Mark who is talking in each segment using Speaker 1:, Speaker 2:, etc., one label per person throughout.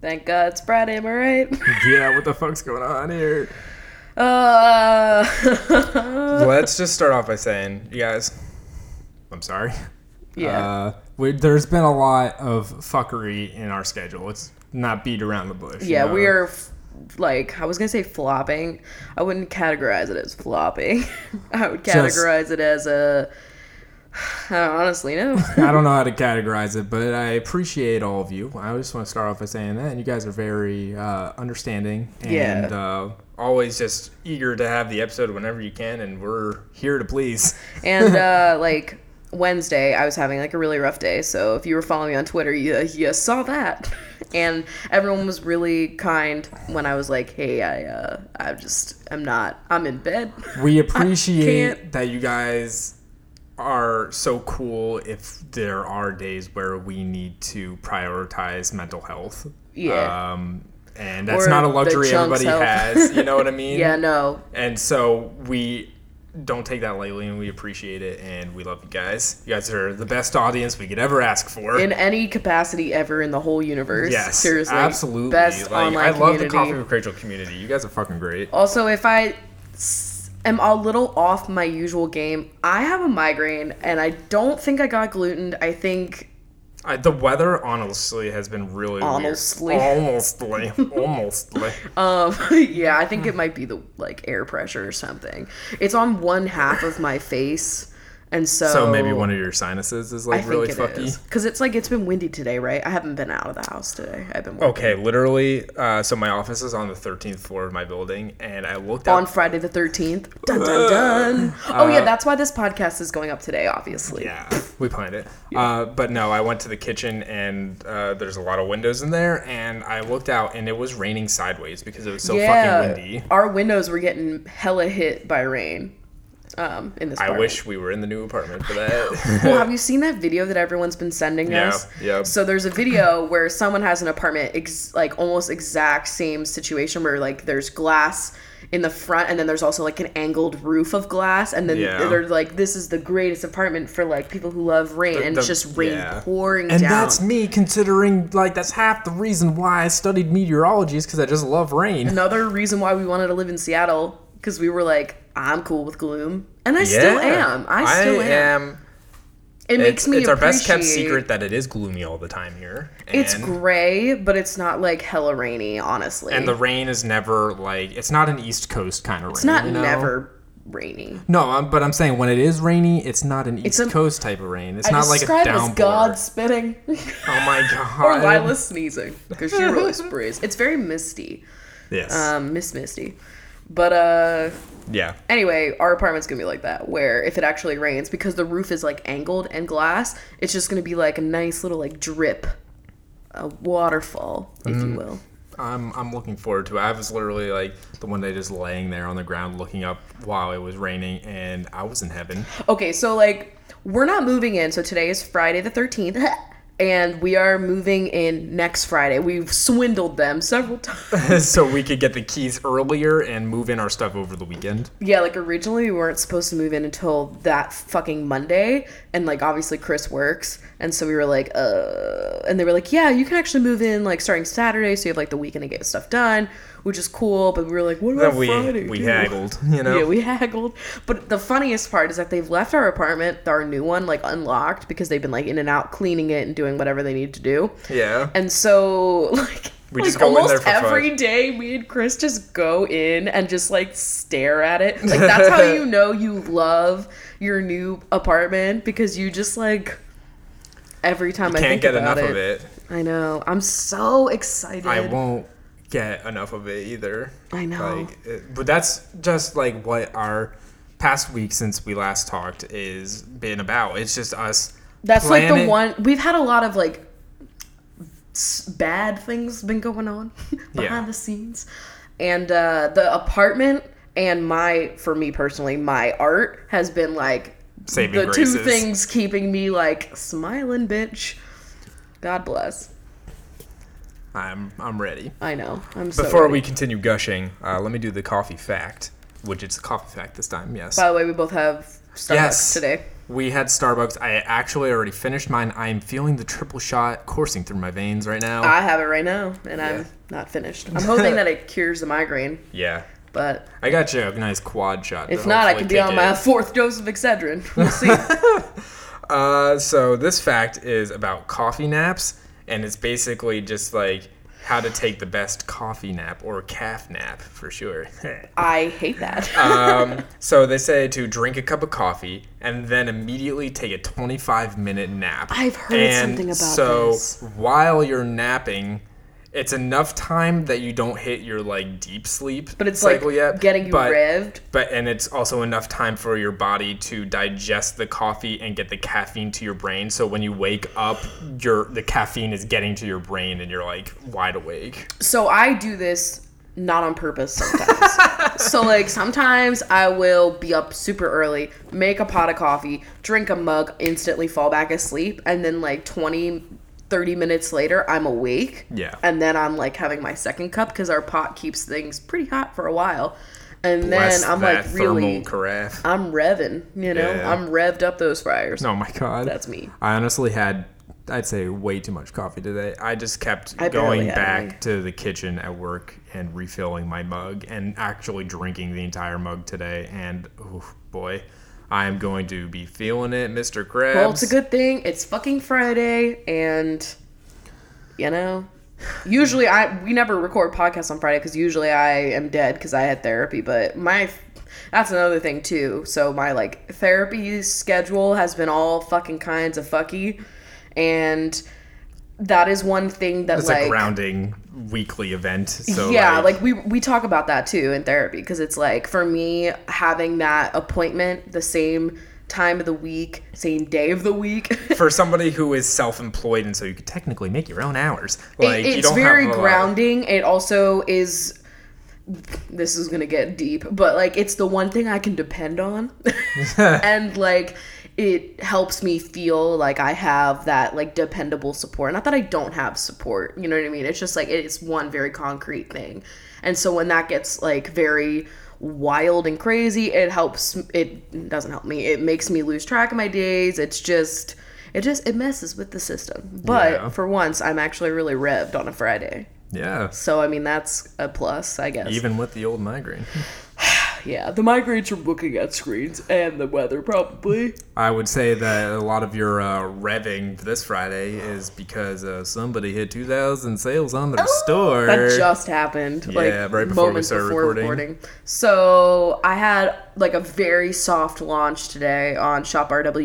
Speaker 1: Thank God it's Friday, am I right?
Speaker 2: yeah, what the fuck's going on here?
Speaker 1: Uh,
Speaker 3: Let's just start off by saying, you guys,
Speaker 2: I'm sorry.
Speaker 1: yeah.
Speaker 2: Uh, we, there's been a lot of fuckery in our schedule. Let's not beat around the bush.
Speaker 1: yeah,
Speaker 2: you know?
Speaker 1: we are, f- like, I was going to say flopping. I wouldn't categorize it as flopping. I would
Speaker 2: Just-
Speaker 1: categorize it as a. I don't honestly know.
Speaker 2: I don't know how to categorize it, but I appreciate all of you. I just want to start off by saying that, and you guys are very uh, understanding and
Speaker 1: Yeah.
Speaker 2: uh,
Speaker 3: always just eager to have the episode whenever you can, and we're
Speaker 2: here to please.
Speaker 1: and, uh, like, Wednesday, I was having, like, a really rough day. So if you were following me on Twitter, you, you saw that. And everyone was really kind when I was like, hey, I, uh, I just, I'm not, I'm in bed.
Speaker 2: We appreciate
Speaker 1: can't-
Speaker 2: that you guys are so cool if there are days where we need to prioritize mental health.
Speaker 1: Yeah.
Speaker 2: Um, and that's
Speaker 1: Or
Speaker 2: not a
Speaker 1: the
Speaker 2: luxury
Speaker 1: chunks
Speaker 2: everybody
Speaker 1: health.
Speaker 2: has. You know what I mean?
Speaker 1: Yeah, no,
Speaker 2: And so we don't take that lightly and we appreciate it and we love you guys. You guys are the best audience we could ever ask for.
Speaker 1: in any capacity ever in the whole universe.
Speaker 2: yes.
Speaker 1: seriously,
Speaker 2: Absolutely.
Speaker 1: best
Speaker 2: Like,
Speaker 1: online
Speaker 2: I love
Speaker 1: community.
Speaker 2: the Coffee with Rachel community. You guys are fucking great.
Speaker 1: Also, if I s- am a little off my usual game, I have a migraine and I don't think I got glutened. I think
Speaker 2: I, the weather honestly has been really weird.
Speaker 1: Honestly.
Speaker 2: Honestly. Honestly.
Speaker 1: um yeah, I think it might be the like air pressure or something. It's on one half of my face. And so
Speaker 2: So maybe one of your sinuses is
Speaker 1: I
Speaker 2: like
Speaker 1: think
Speaker 2: really
Speaker 1: it
Speaker 2: fucky.
Speaker 1: Cuz it's like it's been windy today, right? I haven't been out of the house today. I've
Speaker 2: Oh,
Speaker 1: been working.
Speaker 3: okay. Literally, uh, so my office is on the 13th floor of my building, and I looked
Speaker 1: on
Speaker 3: out.
Speaker 1: Friday the 13th. Dun, dun, dun. oh, yeah, that's why this podcast is going up today, obviously.
Speaker 2: Yeah.
Speaker 3: we planned it. Uh, but no, I went to the kitchen, and uh, there's a lot of windows in there, and I looked out, and it was raining sideways because it was so
Speaker 1: Yeah,
Speaker 3: fucking windy.
Speaker 1: Our windows were getting hella hit by rain um, in this
Speaker 3: I
Speaker 1: apartment.
Speaker 3: wish we were in the new apartment for that.
Speaker 1: Well, have you seen that video that everyone's been sending
Speaker 3: Yeah,
Speaker 1: us?
Speaker 3: yeah.
Speaker 1: So there's a video where someone has an apartment, ex- like almost exact same situation where like there's glass in the front, and then there's also like an angled roof of glass, and then
Speaker 2: Yeah.
Speaker 1: they're like, "This is the greatest apartment for like people who love rain," and it's
Speaker 2: the-
Speaker 1: just rain
Speaker 2: yeah.
Speaker 1: pouring
Speaker 2: And
Speaker 1: down.
Speaker 2: that's me considering like that's half the reason why I studied meteorology is because I just love rain.
Speaker 1: another reason why we wanted to live in Seattle because we were like, I'm cool with gloom, and I still am. I still am. It makes
Speaker 3: it's,
Speaker 1: me.
Speaker 3: it's our best kept
Speaker 1: appreciate-
Speaker 3: secret that it is gloomy all the time here. And,
Speaker 1: It's gray, but it's not like hella rainy. Honestly,
Speaker 2: And the rain is never like it's not an East Coast kind of rain.
Speaker 1: it's not
Speaker 2: you know?
Speaker 1: never rainy.
Speaker 2: No, I'm, but I'm saying when it is rainy, it's not an East
Speaker 1: It's a-
Speaker 2: Coast type of rain. It's
Speaker 1: I
Speaker 2: not like a
Speaker 1: describe it as
Speaker 2: downpour.
Speaker 1: God spitting
Speaker 2: Oh my
Speaker 1: or
Speaker 2: god.
Speaker 1: Lila sneezing because she really sprays. It's very misty,
Speaker 2: Yes.
Speaker 1: um, Miss Misty. But uh,
Speaker 3: yeah.
Speaker 1: anyway, our apartment's gonna be like that, where if it actually rains, because the roof is like angled and glass, it's just gonna be like a nice little like drip, a waterfall, if you will.
Speaker 2: I'm I'm looking forward to it. I was literally like the one day just laying there on the ground looking up while it was raining and I was in heaven.
Speaker 1: Okay, so like we're not moving in. So today is Friday the 13th, and we are moving in next Friday. We've swindled them several times.
Speaker 2: so we could get the keys earlier and move in our stuff over the weekend.
Speaker 1: yeah, like originally we weren't supposed to move in until that fucking Monday, and like obviously Chris works, and so we were like, uh, and they were like, yeah, you can actually move in like starting Saturday, so you have like the weekend to get stuff done, which is cool. But we were like, what about
Speaker 3: Then we
Speaker 1: Friday?
Speaker 3: we
Speaker 1: dude?
Speaker 3: haggled, you know.
Speaker 1: Yeah, we haggled. But the funniest part is that they've left our apartment, our new one, like unlocked because they've been like in and out cleaning it and doing whatever they need to do.
Speaker 3: yeah.
Speaker 1: And so, like,
Speaker 3: We
Speaker 1: like
Speaker 3: just go in there
Speaker 1: almost
Speaker 3: for fun.
Speaker 1: every day, me and Chris just go in and just like stare at it. Like that's how you know you love your new apartment because you just like every time I
Speaker 3: Can't
Speaker 1: think
Speaker 3: get
Speaker 1: about
Speaker 3: enough
Speaker 1: it,
Speaker 3: of it.
Speaker 1: I know. I'm so excited.
Speaker 3: I won't get enough of it either.
Speaker 1: I know.
Speaker 3: Like, it,
Speaker 2: But that's just like what our past week since we last talked is been about. It's just us.
Speaker 1: That's like
Speaker 2: planning-
Speaker 1: the one we've had a lot of like s- bad things been going on behind
Speaker 2: Yeah.
Speaker 1: the scenes, and uh, the apartment and my for me personally, my art has been like
Speaker 2: Saving
Speaker 1: the
Speaker 2: graces.
Speaker 1: two things keeping me like smiling, bitch. God bless.
Speaker 2: I'm I'm ready.
Speaker 1: I know. I'm so.
Speaker 3: before
Speaker 1: ready.
Speaker 3: we continue gushing, uh, let me do the coffee fact, which it's a coffee fact this time. Yes.
Speaker 1: By the way, we both have Starbucks
Speaker 2: Yes.
Speaker 1: today.
Speaker 2: We had Starbucks. I actually already finished mine. I'm feeling the triple shot coursing through my veins right now.
Speaker 1: I have it right now, and I'm not finished. I'm hoping that it cures the migraine,
Speaker 2: yeah.
Speaker 1: but
Speaker 2: I got you a nice quad shot. to
Speaker 1: if not, I
Speaker 2: hopefully
Speaker 1: could be
Speaker 2: kick
Speaker 1: on
Speaker 2: it.
Speaker 1: my fourth dose of Excedrin. We'll see.
Speaker 2: Uh, so this fact is about coffee naps, and it's basically just like how to take the best coffee nap or calf nap for sure.
Speaker 1: I hate that.
Speaker 2: um, so they say to drink a cup of coffee and then immediately take a 25 minute nap.
Speaker 1: I've heard
Speaker 2: and
Speaker 1: something about
Speaker 2: so
Speaker 1: this.
Speaker 2: while you're napping, it's enough time that you don't hit your like deep sleep
Speaker 1: but it's like
Speaker 2: cycle yet.
Speaker 1: getting you
Speaker 2: but-
Speaker 1: revved.
Speaker 2: but and it's also enough time for your body to digest the coffee and get the caffeine to your brain so when you wake up your the caffeine is getting to your brain and you're like wide awake
Speaker 1: So I do this not on purpose sometimes. so like sometimes I will be up super early, make a pot of coffee, drink a mug, instantly fall back asleep, and then like 20 30 minutes later I'm awake.
Speaker 2: Yeah.
Speaker 1: And then I'm like having my second cup cuz our pot keeps things pretty hot for a while. And
Speaker 2: Bless
Speaker 1: then I'm
Speaker 2: that
Speaker 1: like really
Speaker 2: thermal carafe
Speaker 1: I'm revving, you know?
Speaker 2: Yeah.
Speaker 1: I'm revved up those fryers.
Speaker 2: oh my god
Speaker 1: That's me.
Speaker 2: i honestly had i'd say way too much coffee today i just kept
Speaker 1: I barely
Speaker 2: going
Speaker 1: had
Speaker 2: back
Speaker 1: any.
Speaker 2: to the kitchen at work and refilling my mug and actually drinking the entire mug today and oh boy I am going to be feeling it, Mr. Krabs.
Speaker 1: Well, it's a good thing. It's fucking Friday, and you know, usually I we never record podcasts on Friday because usually I am dead because I had therapy. But my that's another thing too. So my like therapy schedule has been all fucking kinds of fucky, and that is one thing that
Speaker 2: it's
Speaker 1: like
Speaker 2: a grounding weekly event. So
Speaker 1: yeah, like, we we talk about that too in therapy because it's like for me having that appointment the same time of the week, same day of the week.
Speaker 2: for somebody who is self-employed, and so you could technically make your own hours. Like
Speaker 1: it, it's
Speaker 2: you don't
Speaker 1: very
Speaker 2: have a lot of-
Speaker 1: grounding. It also is. This is gonna get deep, but like it's the one thing I can depend on, and like it helps me feel like I have that like dependable support. Not that I don't have support, you know what I mean. It's just like it's one very concrete thing, and so when that gets like very wild and crazy, it helps. It doesn't help me. It makes me lose track of my days. It's just it just it messes with the system. But
Speaker 2: Yeah.
Speaker 1: for once, I'm actually really revved on a Friday.
Speaker 2: yeah,
Speaker 1: So I mean that's a plus, I guess.
Speaker 2: even with the old migraine.
Speaker 1: yeah, the migraines from looking at screens and the weather probably.
Speaker 2: I would say that a lot of your uh, revving this Friday is because uh, somebody hit 2,000 sales on
Speaker 1: Oh,
Speaker 2: their store.
Speaker 1: That just happened.
Speaker 2: Er, Yeah,
Speaker 1: like
Speaker 2: right before we
Speaker 1: moments
Speaker 2: started
Speaker 1: before
Speaker 2: recording.
Speaker 1: recording. So I had like a very soft launch today on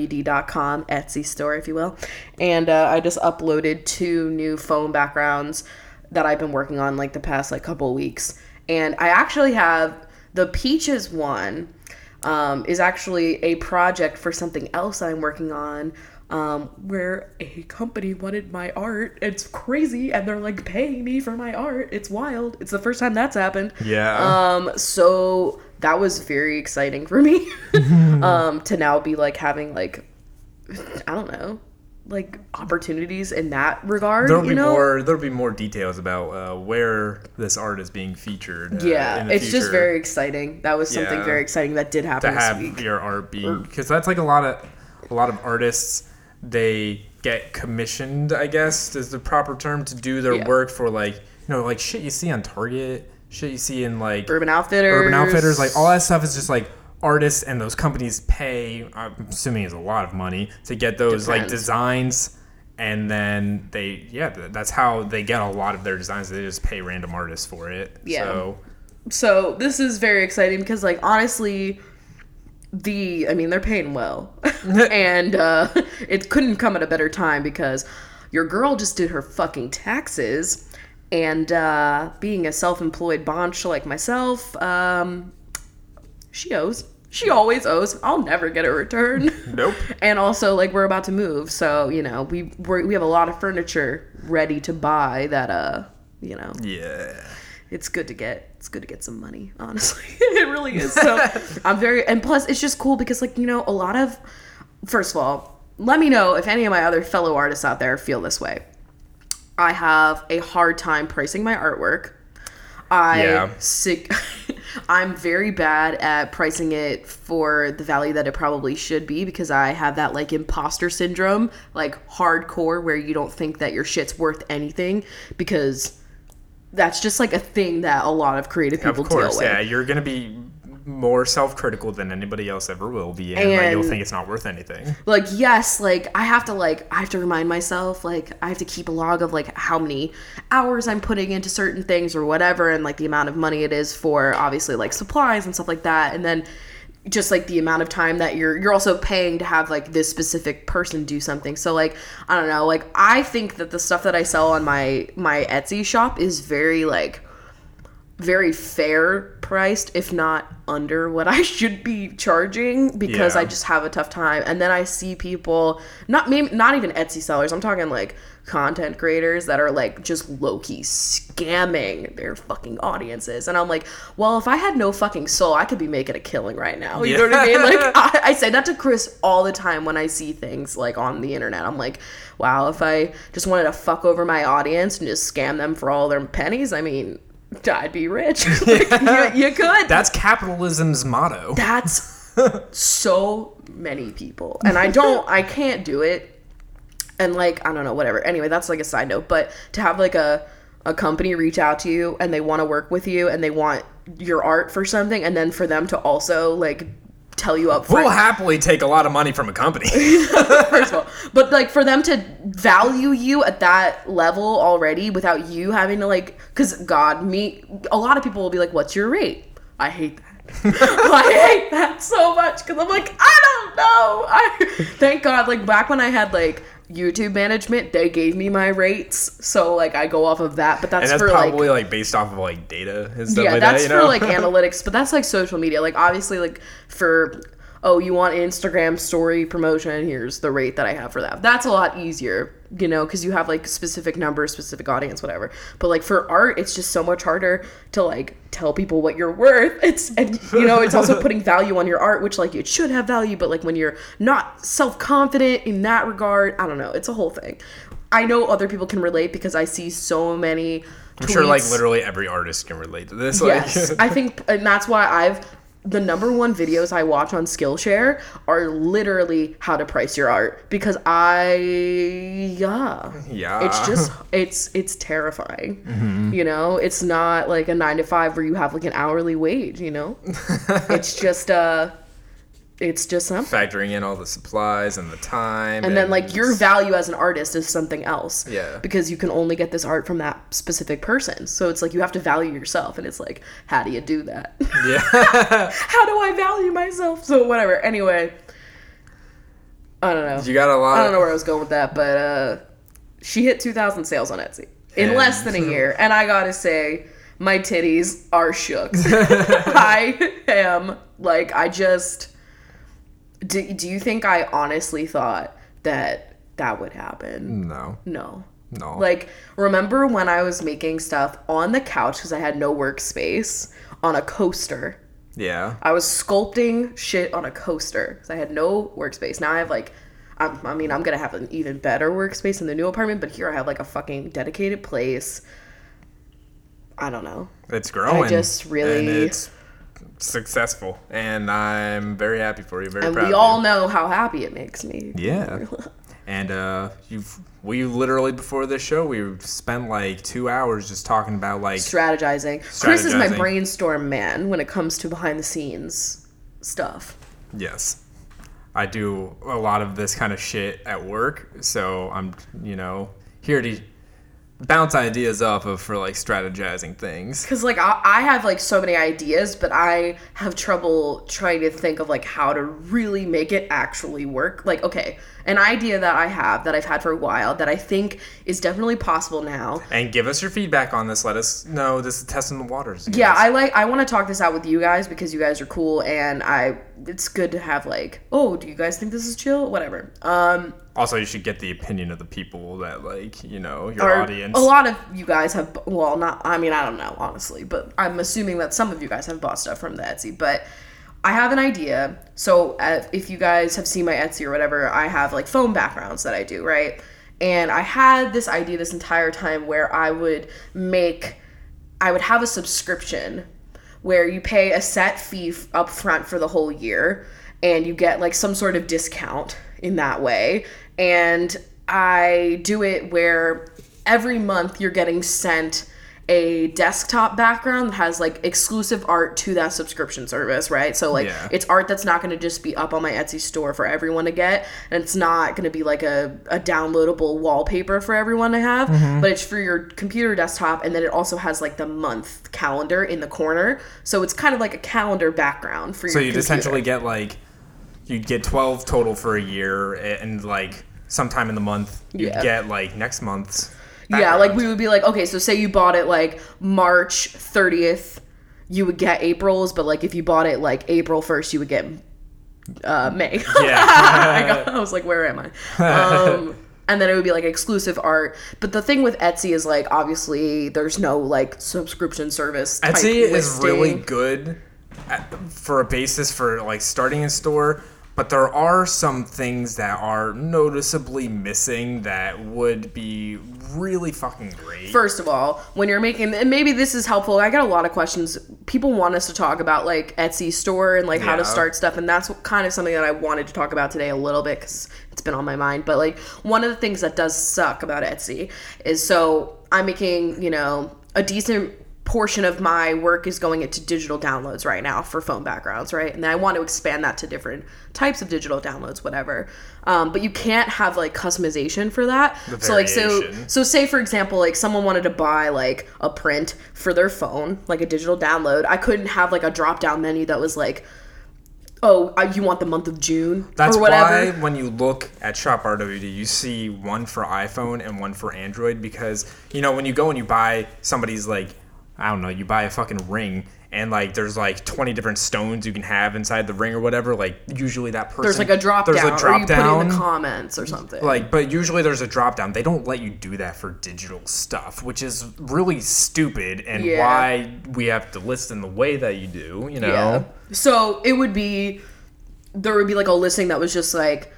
Speaker 1: shoprwd.com, Etsy store, if you will. And uh, I just uploaded two new phone backgrounds that I've been working on like the past like couple weeks. And I actually have the peaches one um, is actually a project for something else that I'm working on. Um, where a company wanted my art. It's crazy, and they're like paying me for my art. It's wild. It's the first time that's happened.
Speaker 2: yeah,
Speaker 1: Um, so that was very exciting for me. um, to now be like having like, I don't know, like opportunities in that regard.
Speaker 2: there'll
Speaker 1: you
Speaker 2: be
Speaker 1: know?
Speaker 2: more. There'll be more details about uh, where this art is being featured. uh,
Speaker 1: Yeah,
Speaker 2: in the
Speaker 1: it's just
Speaker 2: future.
Speaker 1: very exciting. That was something
Speaker 2: Yeah.
Speaker 1: very exciting that did happen
Speaker 2: to
Speaker 1: this
Speaker 2: have
Speaker 1: week.
Speaker 2: your art be because that's like a lot of a lot of artists they get commissioned i guess is the proper term to do their
Speaker 1: Yeah.
Speaker 2: work for like you know like shit you see on target shit you see in like
Speaker 1: Urban Outfitters.
Speaker 2: Urban Outfitters, like all that stuff is just like artists and those companies pay. I'm assuming it's a lot of money to get those like
Speaker 1: Depends.
Speaker 2: designs, and then they yeah, th- that's how they get a lot of their designs. They just pay random artists for it.
Speaker 1: Yeah.
Speaker 2: So
Speaker 1: so this is very exciting because like honestly the i mean they're paying well and uh it couldn't come at a better time because your girl just did her fucking taxes and uh being a self-employed bonch like myself um she owes she always owes i'll never get a return
Speaker 2: Nope.
Speaker 1: and also like we're about to move so you know we we're, we have a lot of furniture ready to buy that uh you know
Speaker 2: yeah,
Speaker 1: it's good to get it's good to get some money honestly it really is so i'm very and plus it's just cool because like you know a lot of first of all let me know if any of my other fellow artists out there feel this way i have a hard time pricing my artwork i
Speaker 2: Yeah.
Speaker 1: sig- I'm very bad at pricing it for the value that it probably should be because I have that like imposter syndrome, like hardcore, where you don't think that your shit's worth anything because that's just like a thing that a lot of creative people
Speaker 2: of course,
Speaker 1: deal with.
Speaker 2: yeah, you're gonna be more self-critical than anybody else ever will be, and, like, you'll
Speaker 1: And-
Speaker 2: think it's not worth anything.
Speaker 1: like yes like i have to like i have to remind myself like i have to keep a log of like how many hours i'm putting into certain things or whatever and like the amount of money it is for obviously like supplies and stuff like that and then just like the amount of time that you're you're also paying to have like this specific person do something so like i don't know like i think that the stuff that i sell on my my etsy shop is very like very fair priced, if not under what I should be charging, because
Speaker 2: Yeah.
Speaker 1: I just have a tough time. And then I see people, not maybe, not even Etsy sellers. I'm talking like content creators that are like just low key scamming their fucking audiences. And I'm like, well, if I had no fucking soul, I could be making a killing right now. You know what I mean? Like I, I say that to Chris all the time when I see things like on the internet. I'm like, wow, if I just wanted to fuck over my audience and just scam them for all their pennies, I mean. I'd be rich. Like, you, you could.
Speaker 2: That's capitalism's motto.
Speaker 1: That's so many people. And I don't, I can't do it. And like, I don't know, whatever. Anyway, that's like a side note. But to have like a, a company reach out to you and they want to work with you and they want your art for something and then for them to also like tell you up front
Speaker 2: We'll happily take a lot of money from a company.
Speaker 1: first of all. But like for them to value you at that level already without you having to like, because God, me, a lot of people will be like, "What's your rate?" I hate that. I hate that so much because I'm like, I don't know. I thank God, like back when I had like YouTube management, they gave me my rates, so like I go off of that. But that's,
Speaker 2: and that's
Speaker 1: for like
Speaker 2: probably like, based off of like data and stuff
Speaker 1: yeah,
Speaker 2: like
Speaker 1: that's
Speaker 2: that. You know?
Speaker 1: for like analytics, but that's like social media. Like obviously, like for oh, you want Instagram story promotion? Here's the rate that I have for that. That's a lot easier, you know, because you have like specific numbers, specific audience, whatever. But like for art, it's just so much harder to like tell people what you're worth. It's and you know, it's also putting value on your art, which like it should have value, but like when you're not self confident in that regard, I don't know. It's a whole thing. I know other people can relate because I see so many.
Speaker 2: I'm sure like
Speaker 1: tweets
Speaker 2: literally every artist can relate to this. Like,
Speaker 1: Yes, I think, and that's why I've the number one videos I watch on Skillshare are literally how to price your art because I yeah
Speaker 2: Yeah.
Speaker 1: it's just it's it's terrifying
Speaker 2: Mm-hmm.
Speaker 1: you know it's not like a nine to five where you have like an hourly wage you know it's just uh it's just something
Speaker 2: factoring in all the supplies and the time.
Speaker 1: and then like your value as an artist is something else
Speaker 2: Yeah.
Speaker 1: because you can only get this art from that specific person so it's like you have to value yourself and it's like how do you do that
Speaker 2: Yeah.
Speaker 1: how do i value myself so whatever anyway i don't know
Speaker 2: you got a lot.
Speaker 1: i don't know where i was going with that but uh she hit 2000 sales on etsy in
Speaker 2: And-
Speaker 1: less than a year and i gotta say my titties are shook i am like i just do, do you think i honestly thought that that would happen
Speaker 2: No.
Speaker 1: no
Speaker 2: No.
Speaker 1: like, remember when I was making stuff on the couch because I had no workspace on a coaster?
Speaker 2: yeah.
Speaker 1: I was sculpting shit on a coaster because I had no workspace. Now I have like, I'm, I mean, I'm gonna have an even better workspace in the new apartment, but here I have like a fucking dedicated place. I don't know.
Speaker 2: It's growing.
Speaker 1: just really-
Speaker 2: And it's successful, and I'm very happy for you. Very
Speaker 1: And
Speaker 2: proud.
Speaker 1: we
Speaker 2: of
Speaker 1: all
Speaker 2: you.
Speaker 1: know how happy it makes me.
Speaker 2: Yeah. And uh, you've we literally before this show we spent like two hours just talking about like
Speaker 1: Strategizing. Chris is my
Speaker 2: Strategizing.
Speaker 1: brainstorm man when it comes to behind the scenes stuff.
Speaker 2: yes, I do a lot of this kind of shit at work, so I'm you know here to bounce ideas off of for like strategizing things.
Speaker 1: because like I, I have like so many ideas but i have trouble trying to think of like how to really make it actually work like okay an idea that i have that i've had for a while that i think is definitely possible now
Speaker 2: And give us your feedback on this. Let us know. This is testing the waters.
Speaker 1: yeah i like i want to talk this out with you guys because you guys are cool and i it's good to have like oh do you guys think this is chill whatever um
Speaker 2: Also, you should get the opinion of the people that like you know your
Speaker 1: or
Speaker 2: audience.
Speaker 1: a lot of you guys have well not i mean i don't know honestly but i'm assuming that some of you guys have bought stuff from the etsy but i have an idea so uh, if you guys have seen my etsy or whatever i have like foam backgrounds that i do right and i had this idea this entire time where i would make i would have a subscription where you pay a set fee f- up front for the whole year and you get like some sort of discount in that way. And I do it where every month you're getting sent a desktop background that has like exclusive art to that subscription service, right? So like
Speaker 2: Yeah.
Speaker 1: it's art that's not going to just be up on my Etsy store for everyone to get, and it's not going to be like a, a downloadable wallpaper for everyone to have,
Speaker 2: Mm-hmm.
Speaker 1: but it's for your computer desktop, and then it also has like the month calendar in the corner, so it's kind of like a calendar background for
Speaker 2: So
Speaker 1: your.
Speaker 2: you'd
Speaker 1: computer.
Speaker 2: essentially get like you'd get twelve total for a year, a- and like sometime in the month you'd
Speaker 1: Yeah.
Speaker 2: get like next month's.
Speaker 1: Yeah,
Speaker 2: background.
Speaker 1: like we would be like, okay, so say you bought it like March 30th, you would get April's, but like if you bought it like April 1st, you would get uh, May.
Speaker 2: yeah,
Speaker 1: I, got- I was like, where am I? Um, and then it would be like exclusive art. But the thing with Etsy is like, obviously, there's no like subscription service. type
Speaker 2: Etsy is really
Speaker 1: listing.
Speaker 2: good at, for a basis for like starting a store, but there are some things that are noticeably missing that would be really fucking great.
Speaker 1: First of all, when you're making, and maybe this is helpful. I get a lot of questions. People want us to talk about like Etsy store and like how to
Speaker 2: Yeah.
Speaker 1: start stuff, and that's what- kind of something that I wanted to talk about today a little bit because it's been on my mind. But like one of the things that does suck about Etsy is so I'm making you know a decent portion of my work is going into digital downloads right now for phone backgrounds right and then i want to expand that to different types of digital downloads whatever um, but you can't have like customization for that so like so
Speaker 2: variation.
Speaker 1: so say for example, like someone wanted to buy like a print for their phone, like a digital download. I couldn't have like a drop down menu that was like, oh, uh, you want the month of June
Speaker 2: That's
Speaker 1: or whatever.
Speaker 2: why when you look at ShopRWD, you see one for iPhone and one for Android because you know when you go and you buy somebody's like I don't know, you buy a fucking ring and like there's like 20 different stones you can have inside the ring or whatever. Like usually that person
Speaker 1: there's like a drop
Speaker 2: there's
Speaker 1: down,
Speaker 2: a
Speaker 1: or
Speaker 2: drop
Speaker 1: you put it in
Speaker 2: down.
Speaker 1: the comments or something.
Speaker 2: like, but usually there's a drop down. They don't let you do that for digital stuff, which is really stupid and
Speaker 1: Yeah.
Speaker 2: why we have to list in the way that you do. You know,
Speaker 1: Yeah. So it would be there would be like a listing that was just like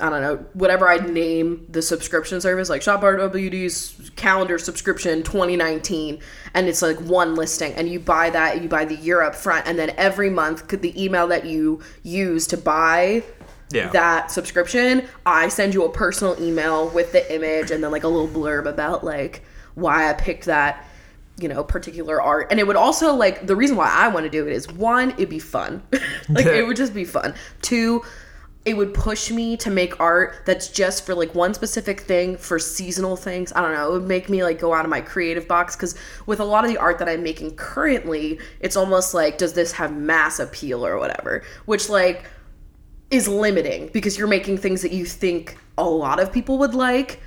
Speaker 1: I don't know whatever I'd name the subscription service like ShopRWD's calendar subscription 2019 and it's like one listing and you buy that you buy the year up front and then every month could the email that you use to buy
Speaker 2: yeah,
Speaker 1: that subscription, I send you a personal email with the image and then like a little blurb about like why I picked that, you know, particular art. And it would also like the reason why I want to do it is one, it'd be fun. like it would just be fun. Two, it would push me to make art that's just for like one specific thing for seasonal things. I don't know. It would make me like go out of my creative box because with a lot of the art that I'm making currently, it's almost like, does this have mass appeal or whatever? Which like is limiting because you're making things that you think a lot of people would like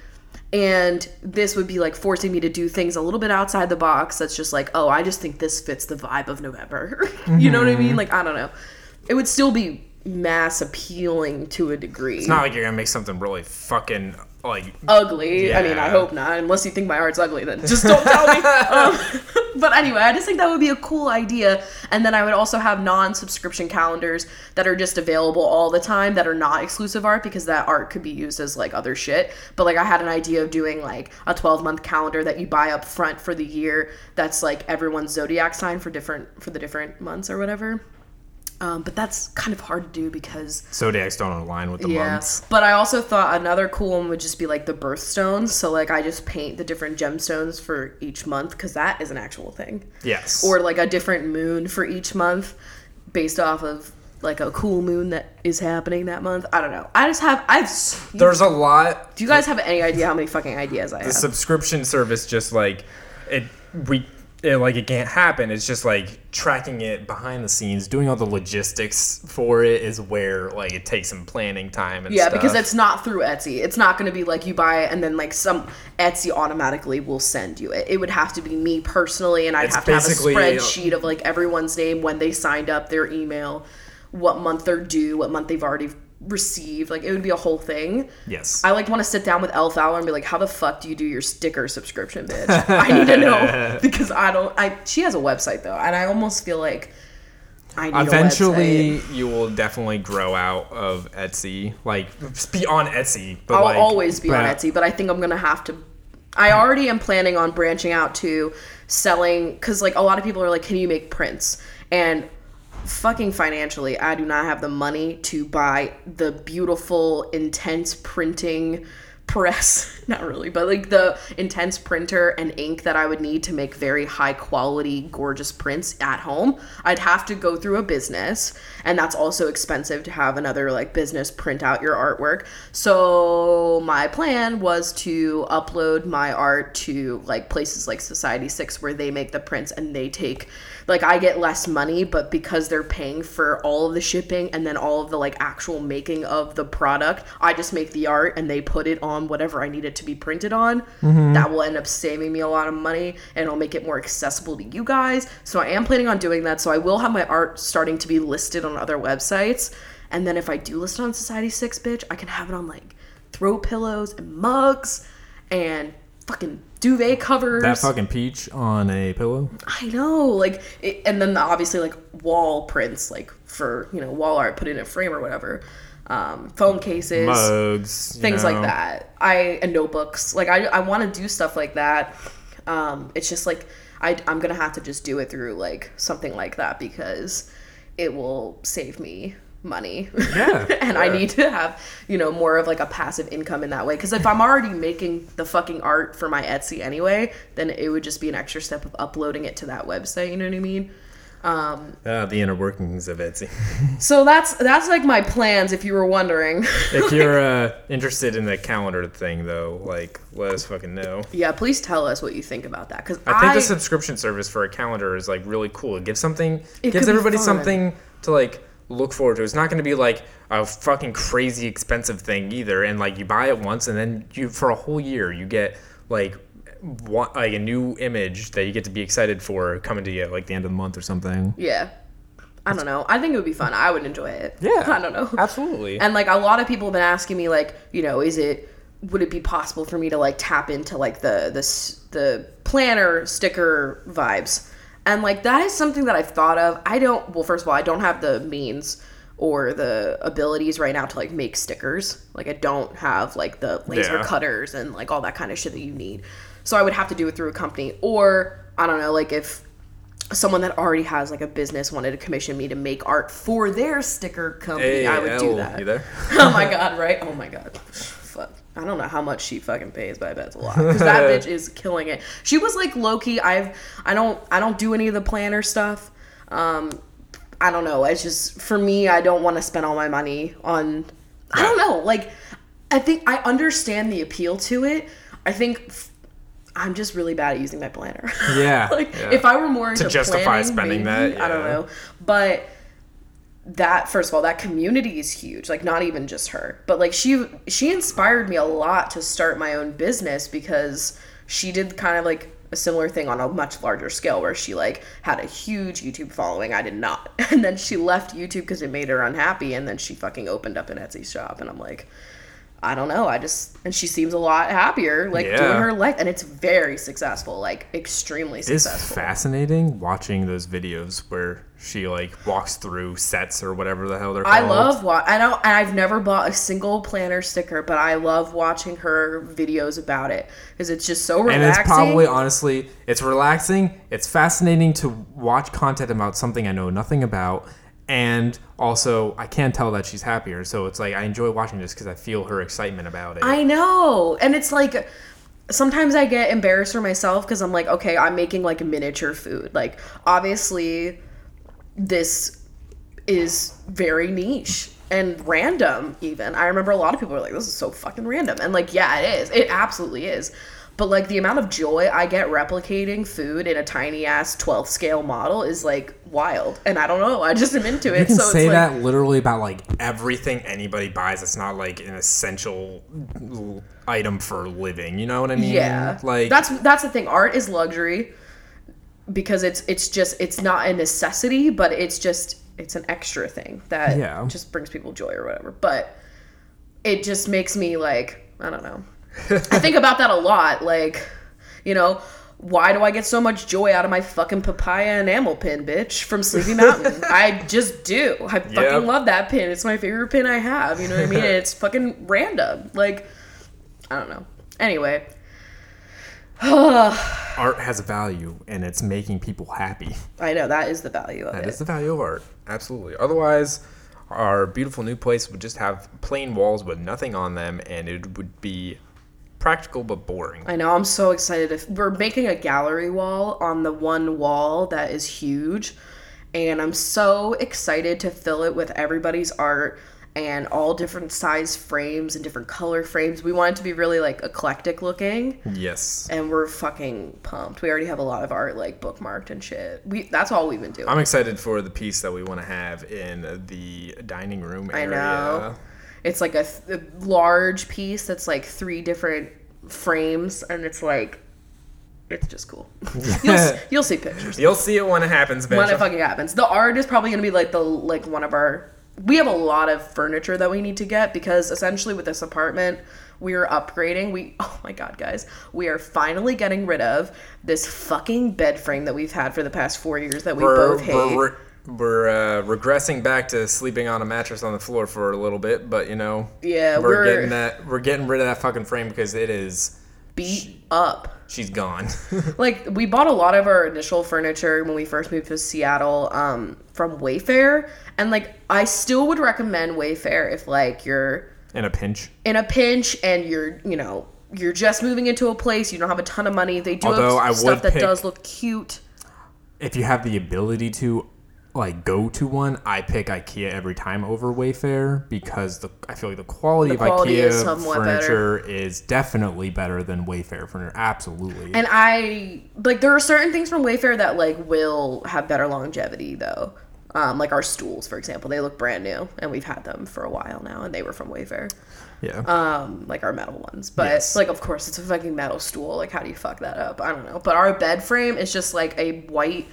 Speaker 1: and this would be like forcing me to do things a little bit outside the box that's just like oh i just think this fits the vibe of november you know what i
Speaker 2: Mm-hmm.
Speaker 1: mean like i don't know it would still be mass appealing to a degree
Speaker 2: It's not like you're gonna make something really fucking like
Speaker 1: ugly i mean i
Speaker 2: Yeah.
Speaker 1: hope not unless you think my art's ugly then just don't tell me um, but anyway i just think that would be a cool idea and then i would also have non-subscription calendars that are just available all the time that are not exclusive art because that art could be used as like other shit but like i had an idea of doing like a 12 month calendar that you buy up front for the year that's like everyone's zodiac sign for different for the different months or whatever um, but that's kind of hard to do because
Speaker 2: Zodiacs don't align with the
Speaker 1: yeah.
Speaker 2: months.
Speaker 1: But I also thought another cool one would just be like the birthstones. So like I just paint the different gemstones for each month because that is an actual thing.
Speaker 2: Yes.
Speaker 1: Or like a different moon for each month based off of like a cool moon that is happening that month. I don't know. I just have I've s-
Speaker 2: there's a lot
Speaker 1: Do you guys have any idea how many fucking ideas I have?
Speaker 2: subscription service just like it we it, like it can't happen. It's just like tracking it behind the scenes, doing all the logistics for it is where like it takes some planning time and
Speaker 1: yeah,
Speaker 2: stuff.
Speaker 1: because it's not through Etsy. It's not going to be like you buy it and then like some Etsy automatically will send you it. It would have to be me personally, and I'd
Speaker 2: It's
Speaker 1: have to have a
Speaker 2: basically-
Speaker 1: spreadsheet of like everyone's name, when they signed up, their email, what month they're due, what month they've already received. Like it would be a whole thing.
Speaker 2: yes.
Speaker 1: I like want to sit down with Elle Fowler and be like, "How the fuck do you do your sticker subscription, bitch? I need to know because I don't. I she has a website though, and I almost feel like I need A website.
Speaker 2: Eventually, you will definitely grow out of Etsy. Like, be on Etsy. But
Speaker 1: I'll
Speaker 2: like,
Speaker 1: always be on
Speaker 2: but-
Speaker 1: Etsy, but I think I'm gonna have to I already am planning on branching out to selling because like a lot of people are like, can you make prints? And fucking financially, I do not have the money to buy the beautiful, intense printing press. not really, but like the intense printer and ink that I would need to make very high quality, gorgeous prints at home. I'd have to go through a business, and that's also expensive to have another like business print out your artwork. So my plan was to upload my art to like places like Society 6 where they make the prints and they take like I get less money, but because they're paying for all of the shipping and then all of the like actual making of the product, I just make the art and they put it on whatever I need it to be printed on. That will end up saving me a lot of money and it'll make it more accessible to you guys. So I am planning on doing that. So I will have my art starting to be listed on other websites. And then if I do list it on Society 6, bitch, I can have it on like throw pillows and mugs and fucking duvet covers.
Speaker 2: That fucking peach on a pillow.
Speaker 1: I know, like, it, and then the, obviously like wall prints, like for you know wall art, put in a frame or whatever, um, phone cases,
Speaker 2: Mugs. you
Speaker 1: things
Speaker 2: know.
Speaker 1: like that. I and notebooks, like I I want to do stuff like that. Um, it's just like I I'm gonna have to just do it through like something like that because it will save me money.
Speaker 2: Yeah.
Speaker 1: and I need to have, you know, more of like a passive income in that way. Because if I'm already making the fucking art for my Etsy anyway, then it would just be an extra step of uploading it to that website. You know what I mean?
Speaker 2: Ah, the inner workings of Etsy.
Speaker 1: So that's that's like my plans. If you were wondering,
Speaker 2: if you're uh, interested in the calendar thing, though, like, let us fucking know.
Speaker 1: yeah, please tell us what you think about that. Because
Speaker 2: I think
Speaker 1: I,
Speaker 2: the subscription service for a calendar is like really cool. It gives something,
Speaker 1: It could
Speaker 2: gives
Speaker 1: be
Speaker 2: everybody
Speaker 1: fun.
Speaker 2: something to like look forward to. It's not going to be like a fucking crazy expensive thing either. And like you buy it once, and then you for a whole year you get like one, like a new image that you get to be excited for coming to you at like the end of the month or something.
Speaker 1: yeah, I don't know. I think it would be fun. I would enjoy it.
Speaker 2: Yeah.
Speaker 1: I don't know.
Speaker 2: Absolutely.
Speaker 1: And like a lot of people have been asking me, like, you know, is it would it be possible for me to like tap into like the the s- the planner sticker vibes? And like that is something that I've thought of. I don't. Well, first of all, I don't have the means or the abilities right now to like make stickers. Like I don't have like the laser
Speaker 2: Yeah.
Speaker 1: cutters and like all that kind of shit that you need. So I would have to do it through a company or I don't know, like if someone that already has like a business wanted to commission me to make art for their sticker company, I would do
Speaker 2: Al,
Speaker 1: that
Speaker 2: You there?
Speaker 1: oh my god, right? Oh my god. Fuck. I don't know how much she fucking pays, but I bet it's a lot. Because that bitch is killing it. She was like low key. I've I don't I don't do any of the planner stuff. Um, I don't know. It's just for me. I don't want to spend all my money on. I don't know. Like, I think I understand the appeal to it. I think f- I'm just really bad at using my planner.
Speaker 2: Yeah,
Speaker 1: like
Speaker 2: yeah.
Speaker 1: if I were more into
Speaker 2: justify
Speaker 1: planning,
Speaker 2: spending
Speaker 1: maybe,
Speaker 2: that,
Speaker 1: I don't
Speaker 2: yeah.
Speaker 1: know. But that first of all that community is huge like not even just her but like she she inspired me a lot to start my own business because she did kind of like a similar thing on a much larger scale where she like had a huge youtube following i did not and then she left youtube because it made her unhappy and then she fucking opened up an etsy shop and i'm like i don't know i just and she seems a lot happier like doing
Speaker 2: Yeah.
Speaker 1: her life and it's very successful like extremely
Speaker 2: It's
Speaker 1: successful
Speaker 2: fascinating watching those videos where she like walks through sets or whatever the hell they're called.
Speaker 1: I love what I don't. and I've never bought a single planner sticker, but I love watching her videos about it because it's just so relaxing.
Speaker 2: and it's probably honestly it's relaxing it's fascinating to watch content about something i know nothing about and also i can tell that she's happier so it's like i enjoy watching this because i feel her excitement about it
Speaker 1: I know, and it's like sometimes I get embarrassed for myself because I'm like, okay, I'm making like miniature food. Like obviously, this is very niche and random even i remember a lot of people were like this is so fucking random and like yeah it is it absolutely is but like the amount of joy i get replicating food in a tiny ass 12 scale model is like wild and i don't know i just am into it
Speaker 2: you can
Speaker 1: so
Speaker 2: say
Speaker 1: it's like
Speaker 2: that literally about like everything anybody buys it's not like an essential l- item for living you know what i mean
Speaker 1: yeah
Speaker 2: like
Speaker 1: that's that's the thing art is luxury because it's it's just it's not a necessity but it's just it's an extra thing that
Speaker 2: Yeah.
Speaker 1: just brings people joy or whatever but it just makes me like i don't know i think about that a lot like you know why do I get so much joy out of my fucking papaya enamel pin, bitch, from Sleepy Mountain? I just do. I fucking
Speaker 2: Yep.
Speaker 1: love that pin. It's my favorite pin I have. You know what I mean? And it's fucking random. Like, I don't know. Anyway,
Speaker 2: art has value and it's making people happy.
Speaker 1: I know that is the value of
Speaker 2: That
Speaker 1: it.
Speaker 2: is the value of art. Absolutely. Otherwise, our beautiful new place would just have plain walls with nothing on them and it would be practical but boring.
Speaker 1: I know. I'm so excited. If we're making a gallery wall on the one wall that is huge, and I'm so excited to fill it with everybody's art and all different size frames and different color frames. We want it to be really like eclectic looking,
Speaker 2: Yes.
Speaker 1: and we're fucking pumped. We already have a lot of art like bookmarked and shit. We that's all we've been doing.
Speaker 2: I'm excited for the piece that we want to have in the dining room
Speaker 1: I
Speaker 2: area.
Speaker 1: know. It's like a, th- a large piece that's like three different frames, and it's like, it's just cool. you'll, s- you'll see pictures
Speaker 2: You'll see it when it happens,
Speaker 1: when
Speaker 2: bitch.
Speaker 1: it fucking happens. The art is probably gonna be like the like one of our. We have a lot of furniture that we need to get because essentially with this apartment we are upgrading. We oh my god, guys, we are finally getting rid of this fucking bed frame that we've had for the past four years that we
Speaker 2: we're,
Speaker 1: both hate.
Speaker 2: we're, re- we're uh, regressing back to sleeping on a mattress on the floor for a little bit, but you know,
Speaker 1: Yeah,
Speaker 2: we're,
Speaker 1: we're-
Speaker 2: getting that we're getting rid of that fucking frame because it is
Speaker 1: Beat up.
Speaker 2: she's gone.
Speaker 1: like we bought a lot of our initial furniture when we first moved to Seattle um, from Wayfair, and like I still would recommend Wayfair if like you're
Speaker 2: in a pinch.
Speaker 1: in a pinch and you're you know you're just moving into a place you don't have a ton of money. They do
Speaker 2: Although I
Speaker 1: have
Speaker 2: would
Speaker 1: stuff that
Speaker 2: pick-
Speaker 1: does look cute.
Speaker 2: If you have the ability to like go to one, I pick IKEA every time over Wayfair because the I feel like the quality
Speaker 1: The
Speaker 2: of
Speaker 1: quality
Speaker 2: IKEA
Speaker 1: is somewhat
Speaker 2: furniture is definitely better than Wayfair furniture. Absolutely.
Speaker 1: And I like there are certain things from Wayfair that like will have better longevity though. Um, like our stools, for example, they look brand new, and we've had them for a while now, and they were from Wayfair.
Speaker 2: yeah.
Speaker 1: um like our metal ones but
Speaker 2: Yes.
Speaker 1: like of course it's a fucking metal stool like how do you fuck that up i don't know but our bed frame is just like a white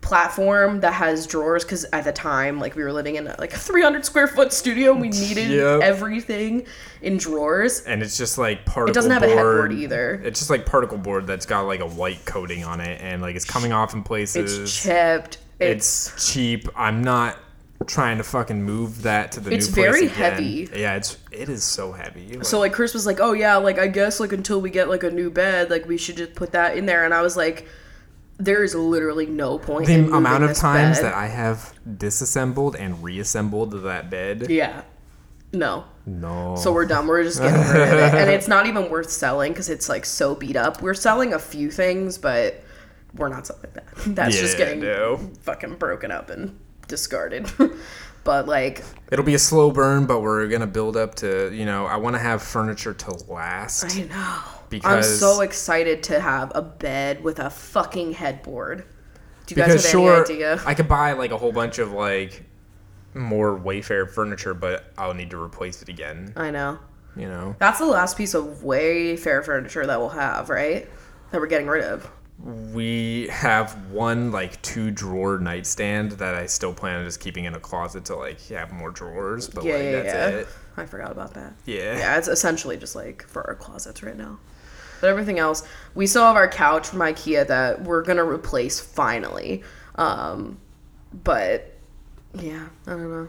Speaker 1: platform that has drawers because at the time like we were living in a, like a 300 square foot studio and we needed
Speaker 2: Yep.
Speaker 1: everything in drawers
Speaker 2: and it's just like particle
Speaker 1: doesn't have a
Speaker 2: board.
Speaker 1: headboard either.
Speaker 2: It's just like particle board that's got like a white coating on it and like it's coming off in places.
Speaker 1: it's chipped it's,
Speaker 2: it's cheap. I'm not trying to fucking move that to the
Speaker 1: It's
Speaker 2: new place
Speaker 1: very
Speaker 2: again.
Speaker 1: heavy.
Speaker 2: Yeah, it's it is so heavy. Like,
Speaker 1: so like chris was like oh yeah like i guess like until we get like a new bed like we should just put that in there and i was like there is literally no point
Speaker 2: the
Speaker 1: in moving
Speaker 2: amount of
Speaker 1: this
Speaker 2: times
Speaker 1: bed.
Speaker 2: that I have disassembled and reassembled that bed.
Speaker 1: yeah no
Speaker 2: No.
Speaker 1: So we're done. We're just getting rid of it, and it's not even worth selling because it's like so beat up. We're selling a few things, but we're not selling that. That's just
Speaker 2: Yeah,
Speaker 1: getting
Speaker 2: no.
Speaker 1: fucking broken up and discarded. but like,
Speaker 2: It'll be a slow burn, but we're gonna build up to you know. I want to have furniture to last.
Speaker 1: I know. I'm
Speaker 2: Because-
Speaker 1: so excited to have a bed with a fucking headboard. Do you guys
Speaker 2: because
Speaker 1: have
Speaker 2: sure,
Speaker 1: any idea?
Speaker 2: I could buy like a whole bunch of like more Wayfair furniture, but I'll need to replace it again.
Speaker 1: I know.
Speaker 2: You know,
Speaker 1: That's the last piece of way fair furniture that we'll have, right? That we're getting rid of.
Speaker 2: we have one like two drawer nightstand that I still plan on just keeping in a closet to like have more drawers, but
Speaker 1: Yeah,
Speaker 2: like
Speaker 1: yeah,
Speaker 2: that's
Speaker 1: yeah.
Speaker 2: it.
Speaker 1: I forgot about that.
Speaker 2: Yeah.
Speaker 1: Yeah, it's essentially just like for our closets right now. But everything else, we still have our couch from IKEA that we're gonna replace finally. Um, but yeah, I don't know.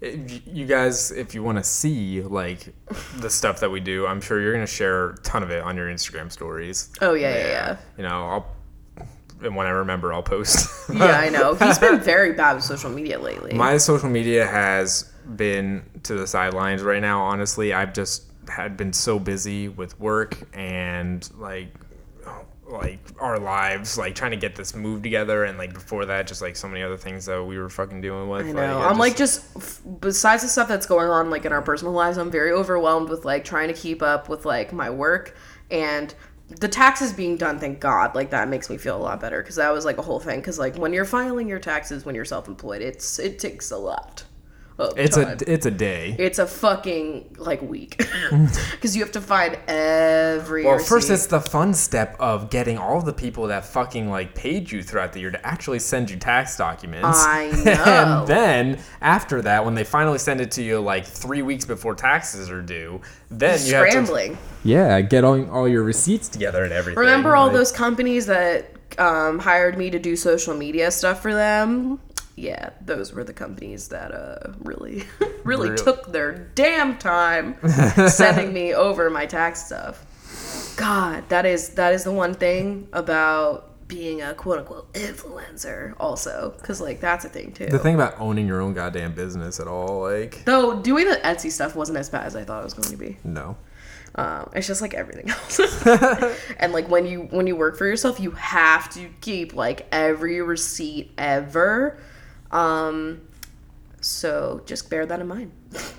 Speaker 2: If you guys, if you want to see like the stuff that we do, I'm sure you're gonna share a ton of it on your Instagram stories.
Speaker 1: Oh yeah, yeah, yeah.
Speaker 2: You know, I'll and when I remember, I'll post.
Speaker 1: Yeah, I know. He's been very bad with social media lately.
Speaker 2: My social media has been to the sidelines right now. Honestly, I've just had been so busy with work and like like our lives, like trying to get this move together, and like before that, just like so many other things that we were fucking doing with.
Speaker 1: I know. I'm like just f- besides the stuff that's going on like in our personal lives, I'm very overwhelmed with like trying to keep up with like my work and the taxes being done. Thank God, like that makes me feel a lot better because that was like a whole thing. Because like when you're filing your taxes when you're self-employed, it's it takes a lot. Of
Speaker 2: it's
Speaker 1: time.
Speaker 2: a it's a day.
Speaker 1: it's a fucking like week because you have to find every.
Speaker 2: Well, first
Speaker 1: receipt.
Speaker 2: it's the fun step of getting all the people that fucking like paid you throughout the year to actually send you tax documents.
Speaker 1: I know.
Speaker 2: and then after that, when they finally send it to you like three weeks before taxes are due, then you have to
Speaker 1: scrambling.
Speaker 2: yeah get all, all your receipts together and everything.
Speaker 1: Remember all
Speaker 2: like-
Speaker 1: those companies that um, hired me to do social media stuff for them? Yeah, those were the companies that uh, really, really
Speaker 2: Real-
Speaker 1: took their damn time sending me over my tax stuff. God, that is that is the one thing about being a quote unquote influencer also because like that's a thing too.
Speaker 2: The thing about owning your own goddamn business at all, like,
Speaker 1: Though doing the Etsy stuff wasn't as bad as I thought it was going to be.
Speaker 2: no.
Speaker 1: Um, it's just like everything else. and like when you when you work for yourself, you have to keep like every receipt ever. Um, so just bear that in mind.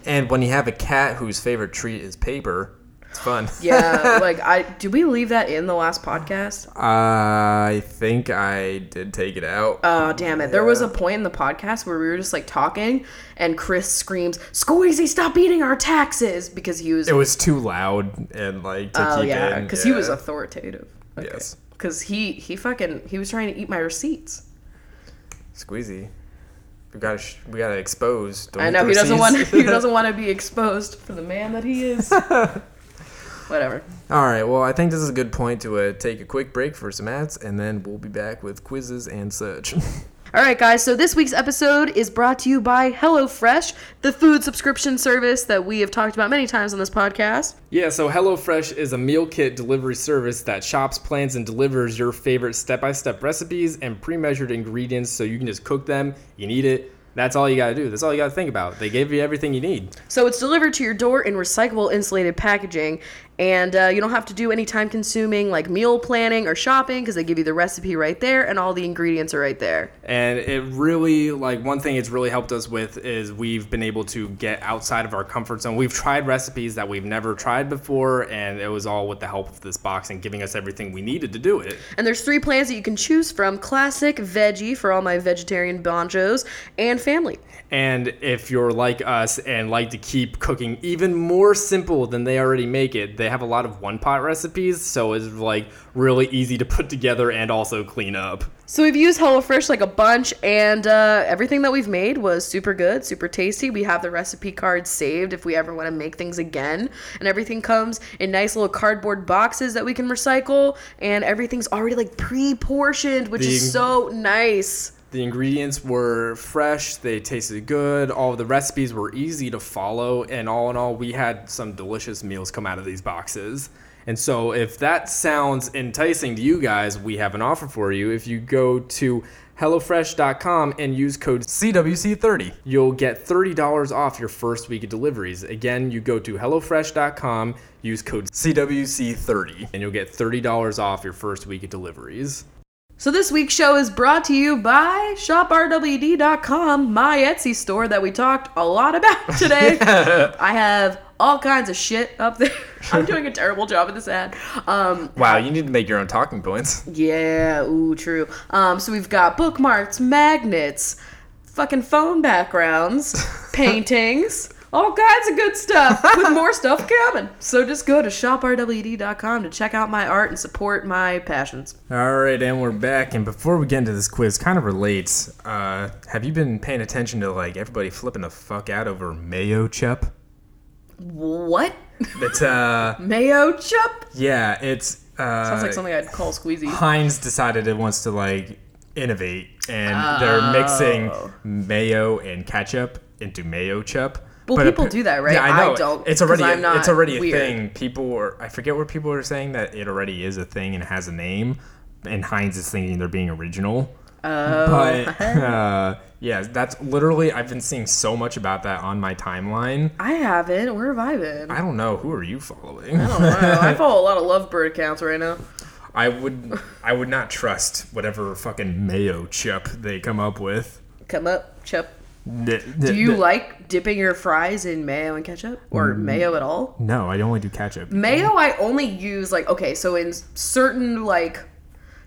Speaker 2: And when you have a cat whose favorite treat is paper, it's fun.
Speaker 1: Yeah, like I did we leave that in the last podcast?
Speaker 2: I think I did take it out.
Speaker 1: Oh damn it. There was a point in the podcast where we were just like talking and Chris screams, Squeezy, stop eating our taxes because he was
Speaker 2: it was too loud and like to
Speaker 1: Oh
Speaker 2: keep
Speaker 1: yeah,
Speaker 2: in.
Speaker 1: because he was authoritative.
Speaker 2: Yes.
Speaker 1: Because he he fucking he was trying to eat my receipts.
Speaker 2: squeezy. We gotta sh- we gotta expose. Don't
Speaker 1: I
Speaker 2: eat
Speaker 1: know
Speaker 2: the
Speaker 1: he doesn't want
Speaker 2: receipts.
Speaker 1: he doesn't want to be exposed for the man that he is. Whatever.
Speaker 2: All right. Well, I think this is a good point to uh, take a quick break for some ads, and then we'll be back with quizzes and such.
Speaker 1: All right, guys. So this week's episode is brought to you by HelloFresh, the food subscription service that we have talked about many times on this podcast.
Speaker 3: Yeah, so HelloFresh is a meal kit delivery service that shops, plans, and delivers your favorite step by step recipes and pre measured ingredients so you can just cook them, you can eat it. That's all you gotta do. That's all you gotta think about. They gave you everything you need.
Speaker 1: So it's delivered to your door in recyclable insulated packaging, and uh, you don't have to do any time consuming like meal planning or shopping because they give you the recipe right there and all the ingredients are right there.
Speaker 3: And it really, like, one thing it's really helped us with is we've been able to get outside of our comfort zone. We've tried recipes that we've never tried before, and it was all with the help of this box and giving us everything we needed to do it.
Speaker 1: And there's three plans that you can choose from: classic, veggie for all my vegetarian bonjos, and family.
Speaker 3: And if you're like us and like to keep cooking even more simple than they already make it, they have a lot of one pot recipes, so it's like really easy to put together and also clean up.
Speaker 1: So we've used HelloFresh like a bunch, and uh, everything that we've made was super good, super tasty. We have the recipe cards saved if we ever want to make things again, and everything comes in nice little cardboard boxes that we can recycle, and everything's already like pre-portioned, which is
Speaker 3: The-
Speaker 1: so nice.
Speaker 3: The ingredients were fresh, they tasted good, all the recipes were easy to follow, and all in all, we had some delicious meals come out of these boxes. And so, if that sounds enticing to you guys, we have an offer for you. If you go to HelloFresh.com and use code
Speaker 2: CWC30.
Speaker 3: you'll get $30 off your first week of deliveries. Again, you go to HelloFresh.com, use code C,
Speaker 2: CWC30.
Speaker 3: and you'll get $30 off your first week of deliveries.
Speaker 1: So this week's show is brought to you by shoprwd.com, my Etsy store that we talked a lot about today. I have all kinds of shit up there. I'm doing a terrible job at this ad. Um,
Speaker 2: Wow, you need to make your own talking points.
Speaker 1: Yeah, ooh, true. Um, so we've got bookmarks, magnets, fucking phone backgrounds, paintings, all kinds of good stuff with more stuff coming. So just go to shoprwd.com to check out my art and support my passions.
Speaker 2: All right, and we're back. And before we get into this quiz, kind of relates. Uh, have you been paying attention to like everybody flipping the fuck out over mayo chup?
Speaker 1: What?
Speaker 2: It's uh,
Speaker 1: Mayo chup?
Speaker 2: yeah, it's uh,
Speaker 1: Sounds like something I'd call squeezy.
Speaker 2: Heinz decided it wants to like innovate, and
Speaker 1: Oh.
Speaker 2: they're mixing mayo and ketchup into mayo chup.
Speaker 1: Well, people do that, right?
Speaker 2: Yeah, I
Speaker 1: I
Speaker 2: know.
Speaker 1: don't,
Speaker 2: it's already
Speaker 1: 'cause I'm not
Speaker 2: it's already a
Speaker 1: weird.
Speaker 2: thing. People are I forget where people are saying that it already is a thing and has a name, and Heinz is thinking they're being original. Oh. But uh, yeah, that's literally I've been seeing so much about that on my timeline.
Speaker 1: I haven't. Where have I been?
Speaker 2: I don't know who are you following.
Speaker 1: I don't know. I follow a lot of lovebird accounts right now.
Speaker 2: I would I would not trust whatever fucking mayo chip they come up with.
Speaker 1: Come up, chup.
Speaker 2: Do
Speaker 1: Do you like dipping your fries in mayo and ketchup? Or mayo at all?
Speaker 2: No, I only do ketchup.
Speaker 1: Mayo, I only use like okay, so in certain like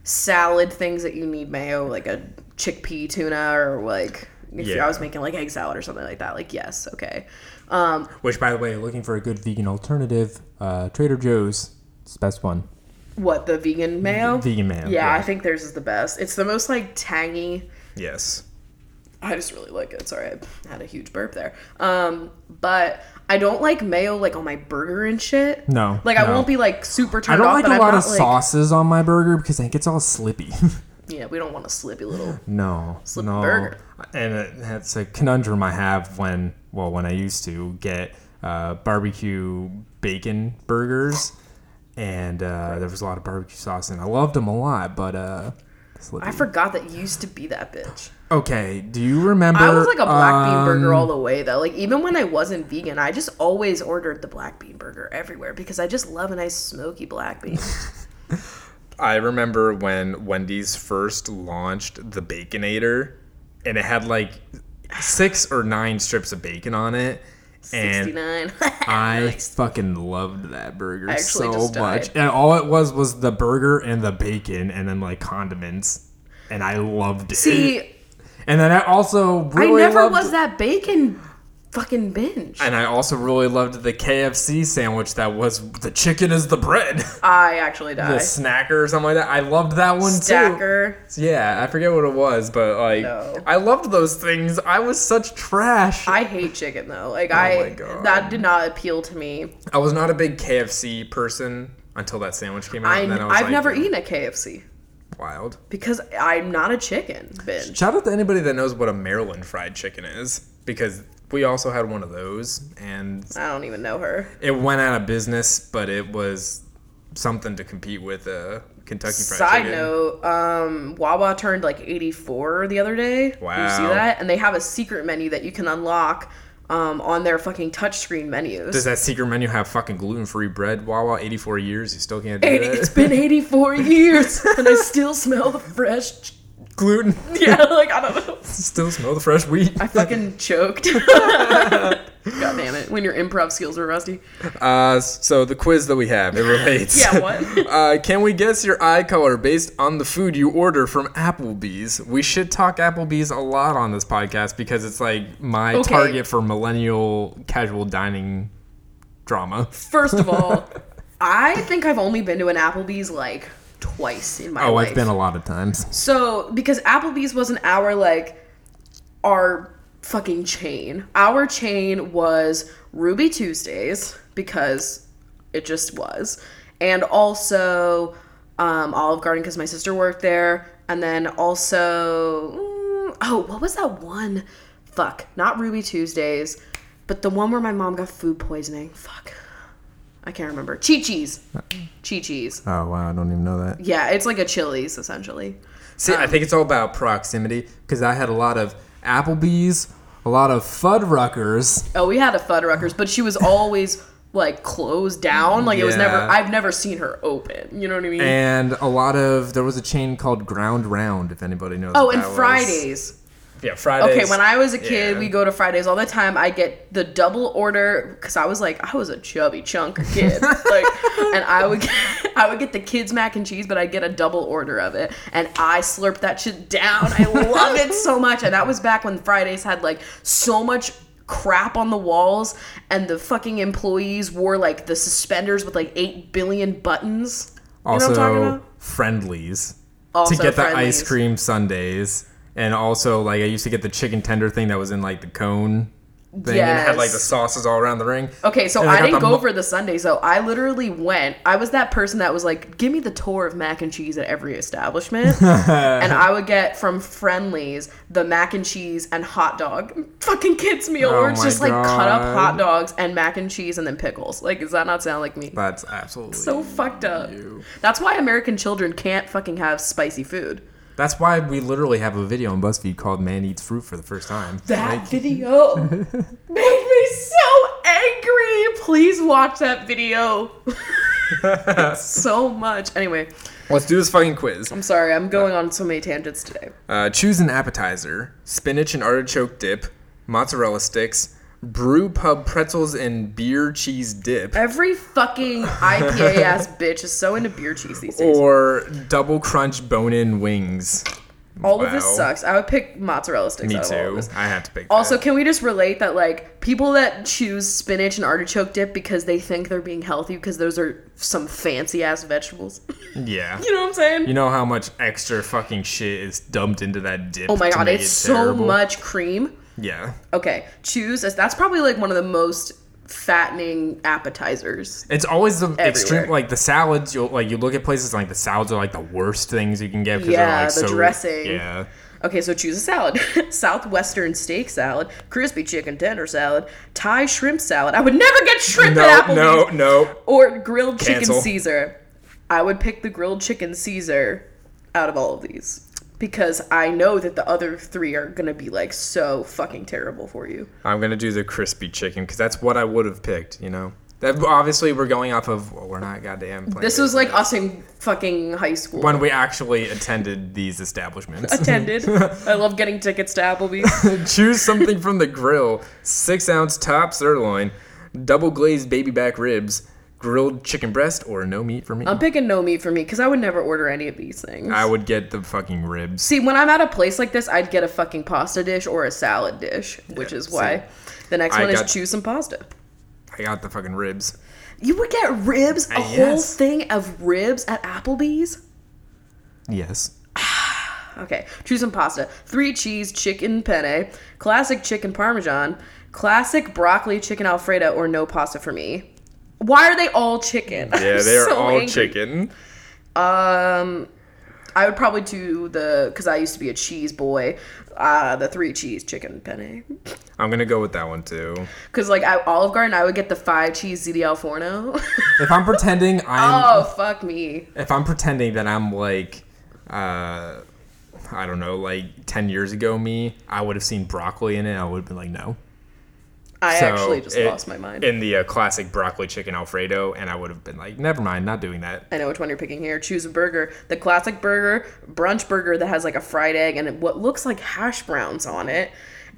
Speaker 1: salad things that you need mayo, like a chickpea tuna or like if I
Speaker 2: Yeah.
Speaker 1: was making like egg salad or something like that, like yes, okay. Um,
Speaker 2: Which, by the way, looking for a good vegan alternative, uh, Trader Joe's is the best one.
Speaker 1: what the vegan mayo?
Speaker 2: Vegan mayo,
Speaker 1: Yeah,
Speaker 2: yeah.
Speaker 1: I think theirs is the best. It's the most like tangy.
Speaker 2: Yes.
Speaker 1: I just really like it. Sorry, I had a huge burp there. Um, but I don't like mayo like on my burger and shit.
Speaker 2: No,
Speaker 1: like I
Speaker 2: no.
Speaker 1: won't be like super
Speaker 2: I
Speaker 1: turned
Speaker 2: don't
Speaker 1: off.
Speaker 2: like
Speaker 1: but
Speaker 2: a
Speaker 1: I'm
Speaker 2: lot
Speaker 1: not,
Speaker 2: of
Speaker 1: like-
Speaker 2: sauces on my burger because I think it's all slippy.
Speaker 1: Yeah, we don't want a slippy little
Speaker 2: no,
Speaker 1: Slip
Speaker 2: no.
Speaker 1: burger.
Speaker 2: And it, that's a conundrum I have when, well, when I used to get uh, barbecue bacon burgers.
Speaker 4: and uh, there was a lot of barbecue sauce, and I loved them a lot. But uh, slippy.
Speaker 1: I forgot that you used to be that bitch.
Speaker 4: okay, do you remember?
Speaker 1: I was like a black bean burger
Speaker 4: um,
Speaker 1: all the way though. Like even when I wasn't vegan, I just always ordered the black bean burger everywhere because I just love a nice smoky black bean.
Speaker 2: I remember when Wendy's first launched the Baconator, and it had like six or nine strips of bacon on it.
Speaker 1: Sixty
Speaker 2: And
Speaker 1: nine.
Speaker 4: I fucking loved that burger
Speaker 1: actually
Speaker 4: so
Speaker 1: just
Speaker 4: much.
Speaker 1: died.
Speaker 4: And all it was was the burger and the bacon and then like condiments. And I loved it.
Speaker 1: See,
Speaker 4: and then I also
Speaker 1: I
Speaker 4: really
Speaker 1: never
Speaker 4: loved
Speaker 1: was that bacon fucking binge.
Speaker 2: and I also really loved the KFC sandwich that was the chicken is the bread,
Speaker 1: I actually
Speaker 2: the
Speaker 1: die.
Speaker 2: snacker or something like that. I loved that one too.
Speaker 1: Stacker.
Speaker 2: Yeah, I forget what it was, but like
Speaker 1: No.
Speaker 2: I loved those things. I was such trash. I,
Speaker 1: I hate chicken though. Like
Speaker 2: Oh my
Speaker 1: I
Speaker 2: God.
Speaker 1: that did not appeal to me.
Speaker 2: was not a big KFC person until that sandwich came out.
Speaker 1: I,
Speaker 2: and then I was
Speaker 1: I've
Speaker 2: like,
Speaker 1: never eaten at KFC
Speaker 2: wild.
Speaker 1: because I'm not a chicken binge.
Speaker 2: Shout out to anybody that knows what a Maryland fried chicken is, because we also had one of those, and
Speaker 1: I don't even know her.
Speaker 2: it went out of business, but it was something to compete with uh, Kentucky Fried
Speaker 1: Side
Speaker 2: Chicken.
Speaker 1: note, um, Wawa turned like 84 the other day. Did you see
Speaker 2: Wow.
Speaker 1: that? And they have a secret menu that you can unlock um, on their fucking touchscreen menus.
Speaker 2: Does that secret menu have fucking gluten free bread? Wawa, 84 years, you still can't do
Speaker 1: 80, it's
Speaker 2: that.
Speaker 1: been 84 years and I still smell the fresh. ch-
Speaker 2: gluten.
Speaker 1: Yeah, like I don't know.
Speaker 2: still smell the fresh wheat.
Speaker 1: I fucking choked. God damn it. When your improv skills are rusty.
Speaker 2: Uh, so the quiz that we have, it relates.
Speaker 1: Yeah, what?
Speaker 2: uh, can we guess your eye color based on the food you order from Applebee's? We should talk Applebee's a lot on this podcast because it's like my
Speaker 1: Okay.
Speaker 2: target for millennial casual dining drama.
Speaker 1: First of all, I think I've only been to an Applebee's like twice in my
Speaker 4: Oh,
Speaker 1: life.
Speaker 4: I've been a lot of times.
Speaker 1: So, because Applebee's wasn't our like our fucking chain. Our chain was Ruby Tuesdays because it just was. And also um, Olive Garden because my sister worked there. And then also, mm, oh, what was that one? Fuck, not Ruby Tuesdays, but the one where my mom got food poisoning. Fuck. I can't remember. Chi Chi's. Chi Chi's.
Speaker 4: Oh wow, I don't even know that.
Speaker 1: Yeah, it's like a Chili's essentially.
Speaker 2: See, I think it's all about proximity because I had a lot of Applebee's,
Speaker 4: A lot of Fuddruckers.
Speaker 1: Oh, we had a Fuddruckers, but she was always like closed down. Like it was never.
Speaker 2: Yeah.
Speaker 1: I've never seen her open. You know what I mean?
Speaker 4: And a lot of there was
Speaker 2: a chain called Ground Round, if anybody knows.
Speaker 1: oh,
Speaker 2: what
Speaker 1: and
Speaker 2: that was.
Speaker 1: Fridays.
Speaker 2: Yeah, Fridays.
Speaker 1: Okay, when I was a kid,
Speaker 2: yeah.
Speaker 1: we go to Fridays all the time. I get the double order because I was like, I was a chubby chunker kid, like, and I would, get, I would get the kids mac and cheese, but I'd get a double order of it, and I slurped that shit down. I loved it so much, and that was back when Fridays had like so much crap on the walls, and the fucking employees wore like the suspenders with like eight billion buttons. You know
Speaker 2: also
Speaker 1: what I'm talking about?
Speaker 2: friendlies
Speaker 1: Also
Speaker 2: to get the
Speaker 1: Friendlies.
Speaker 2: ice cream sundaes and also like i used to get the chicken tender thing that was in like the cone thing and it had like the
Speaker 1: Yes. Oh.
Speaker 2: sauces all around the ring
Speaker 1: Okay, so
Speaker 2: And I
Speaker 1: I
Speaker 2: got
Speaker 1: didn't
Speaker 2: the
Speaker 1: go
Speaker 2: mo-
Speaker 1: for the Sundays though. I literally went. I was that person that was like, "Give me the tour of mac and cheese at every establishment," and I would get from Friendlies the mac and cheese and hot dog. Fucking kids meal,
Speaker 2: Oh
Speaker 1: where it's
Speaker 2: my
Speaker 1: just like cut up
Speaker 2: God.
Speaker 1: hot dogs and mac and cheese and then pickles. Like, does that not sound like me?
Speaker 2: that's absolutely
Speaker 1: So fucked up.
Speaker 2: you.
Speaker 1: That's why American children can't fucking have spicy food.
Speaker 2: that's why we literally have a video on buzzfeed called man eats fruit for the first time
Speaker 1: That video made me so angry. Please watch that video. so much. Anyway,
Speaker 2: let's do this fucking quiz
Speaker 1: I'm sorry. I'm going on so many tangents today.
Speaker 2: uh, choose an appetizer spinach and artichoke dip mozzarella sticks brew pub pretzels and beer cheese dip
Speaker 1: Every fucking IPA ass bitch is so into beer cheese these days.
Speaker 2: or double crunch bone-in wings
Speaker 1: all of this
Speaker 2: Oh, wow.
Speaker 1: sucks. I would pick mozzarella sticks.
Speaker 2: me
Speaker 1: out of all of
Speaker 2: too
Speaker 1: this.
Speaker 2: i have to pick that.
Speaker 1: Also, can we just relate that like people that choose spinach and artichoke dip because they think they're being healthy because those are some fancy ass vegetables?
Speaker 2: Yeah.
Speaker 1: you know what I'm saying?
Speaker 2: You know how much extra fucking shit is dumped into that dip.
Speaker 1: oh my
Speaker 2: to
Speaker 1: god,
Speaker 2: make
Speaker 1: it's
Speaker 2: it
Speaker 1: so
Speaker 2: terrible?
Speaker 1: much cream.
Speaker 2: Yeah.
Speaker 1: Okay, choose as that's probably like one of the most fattening appetizers.
Speaker 2: It's always the
Speaker 1: Everywhere.
Speaker 2: extreme like the salads, you'll like you look at places like the salads are like the worst things you can get because
Speaker 1: Yeah,
Speaker 2: they're like
Speaker 1: the
Speaker 2: so
Speaker 1: dressing.
Speaker 2: Yeah.
Speaker 1: Okay, so choose a salad: southwestern steak salad, crispy chicken tender salad, Thai shrimp salad. I would never get shrimp at
Speaker 2: No,
Speaker 1: Applebee's.
Speaker 2: no, no.
Speaker 1: Or grilled chicken
Speaker 2: Cancel.
Speaker 1: Caesar. I would pick the grilled chicken Caesar out of all of these because I know that the other three are gonna be like so fucking terrible for you.
Speaker 2: I'm gonna do the crispy chicken because that's what I would have picked. You know, that obviously we're going off of well, we're not goddamn. playing
Speaker 1: This was like us in fucking high school.
Speaker 2: when we actually attended these establishments.
Speaker 1: attended. I love getting tickets to Applebee's.
Speaker 2: Choose something from the grill: six ounce top sirloin, double glazed baby back ribs, grilled chicken breast, or no meat for me.
Speaker 1: I'm picking no meat for me because I would never order any of these things.
Speaker 2: I would get the fucking ribs.
Speaker 1: See, when I'm at a place like this, I'd get a fucking pasta dish or a salad dish, which is why the next
Speaker 2: I
Speaker 1: one
Speaker 2: got-
Speaker 1: is choose some pasta.
Speaker 2: I got the fucking ribs.
Speaker 1: You would get ribs, a
Speaker 2: Uh,
Speaker 1: whole
Speaker 2: yes.
Speaker 1: thing of ribs at Applebee's?
Speaker 2: Yes.
Speaker 1: Okay, choose some pasta. Three cheese chicken penne, classic chicken parmesan, classic broccoli chicken alfredo, or no pasta for me. Why are they all chicken?
Speaker 2: Yeah,
Speaker 1: I'm
Speaker 2: they're
Speaker 1: so
Speaker 2: all
Speaker 1: angry.
Speaker 2: chicken.
Speaker 1: Um, I would probably do the because I used to be a cheese boy. Uh, the three cheese chicken penne.
Speaker 2: I'm gonna go with that one too.
Speaker 1: Because like at Olive Garden, I would get the five cheese ziti al forno.
Speaker 2: If I'm pretending I'm
Speaker 1: oh fuck me!
Speaker 2: if I'm pretending that I'm like, uh, I don't know, like 10 years ago me, I would have seen broccoli in it. I would have been like, no.
Speaker 1: I
Speaker 2: So,
Speaker 1: actually just
Speaker 2: it-
Speaker 1: lost my mind.
Speaker 2: In the uh, classic broccoli chicken Alfredo, and I would have been like, never mind, not doing that.
Speaker 1: I know which one you're picking here. Choose a burger. The classic burger, brunch burger that has like a fried egg and what looks like hash browns on it,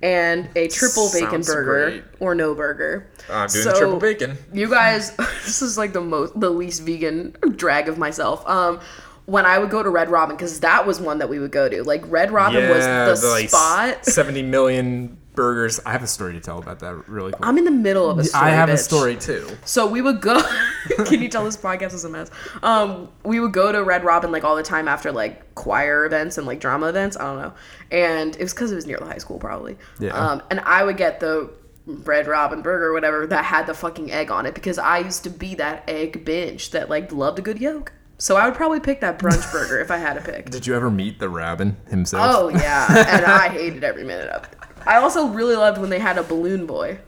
Speaker 1: and a triple bacon
Speaker 2: Sounds
Speaker 1: burger
Speaker 2: great.
Speaker 1: or no burger.
Speaker 2: I'm doing
Speaker 1: So-
Speaker 2: the triple bacon.
Speaker 1: You guys, this is like the most, the least vegan drag of myself. Um, when I would go to Red Robin, because that was one that we would go to. Like Red Robin was the,
Speaker 2: like,
Speaker 1: spot.
Speaker 2: 70 million burgers. I have a story to tell about that really quick.
Speaker 1: I'm in the middle of a story.
Speaker 2: I have a
Speaker 1: bitch.
Speaker 2: story too.
Speaker 1: So we would go. can you tell this podcast is a mess? Um, we would go to Red Robin like all the time after like choir events and like drama events. I don't know. And it was because it was near the high school probably.
Speaker 2: Yeah.
Speaker 1: Um, and I would get the Red Robin burger or whatever that had the fucking egg on it because I used to be that egg binge that like loved a good yolk. So I would probably pick that brunch burger if I had to pick.
Speaker 2: Did you ever meet the Robin himself?
Speaker 1: Oh yeah, and I hated every minute of it. I also really loved when they had a balloon boy.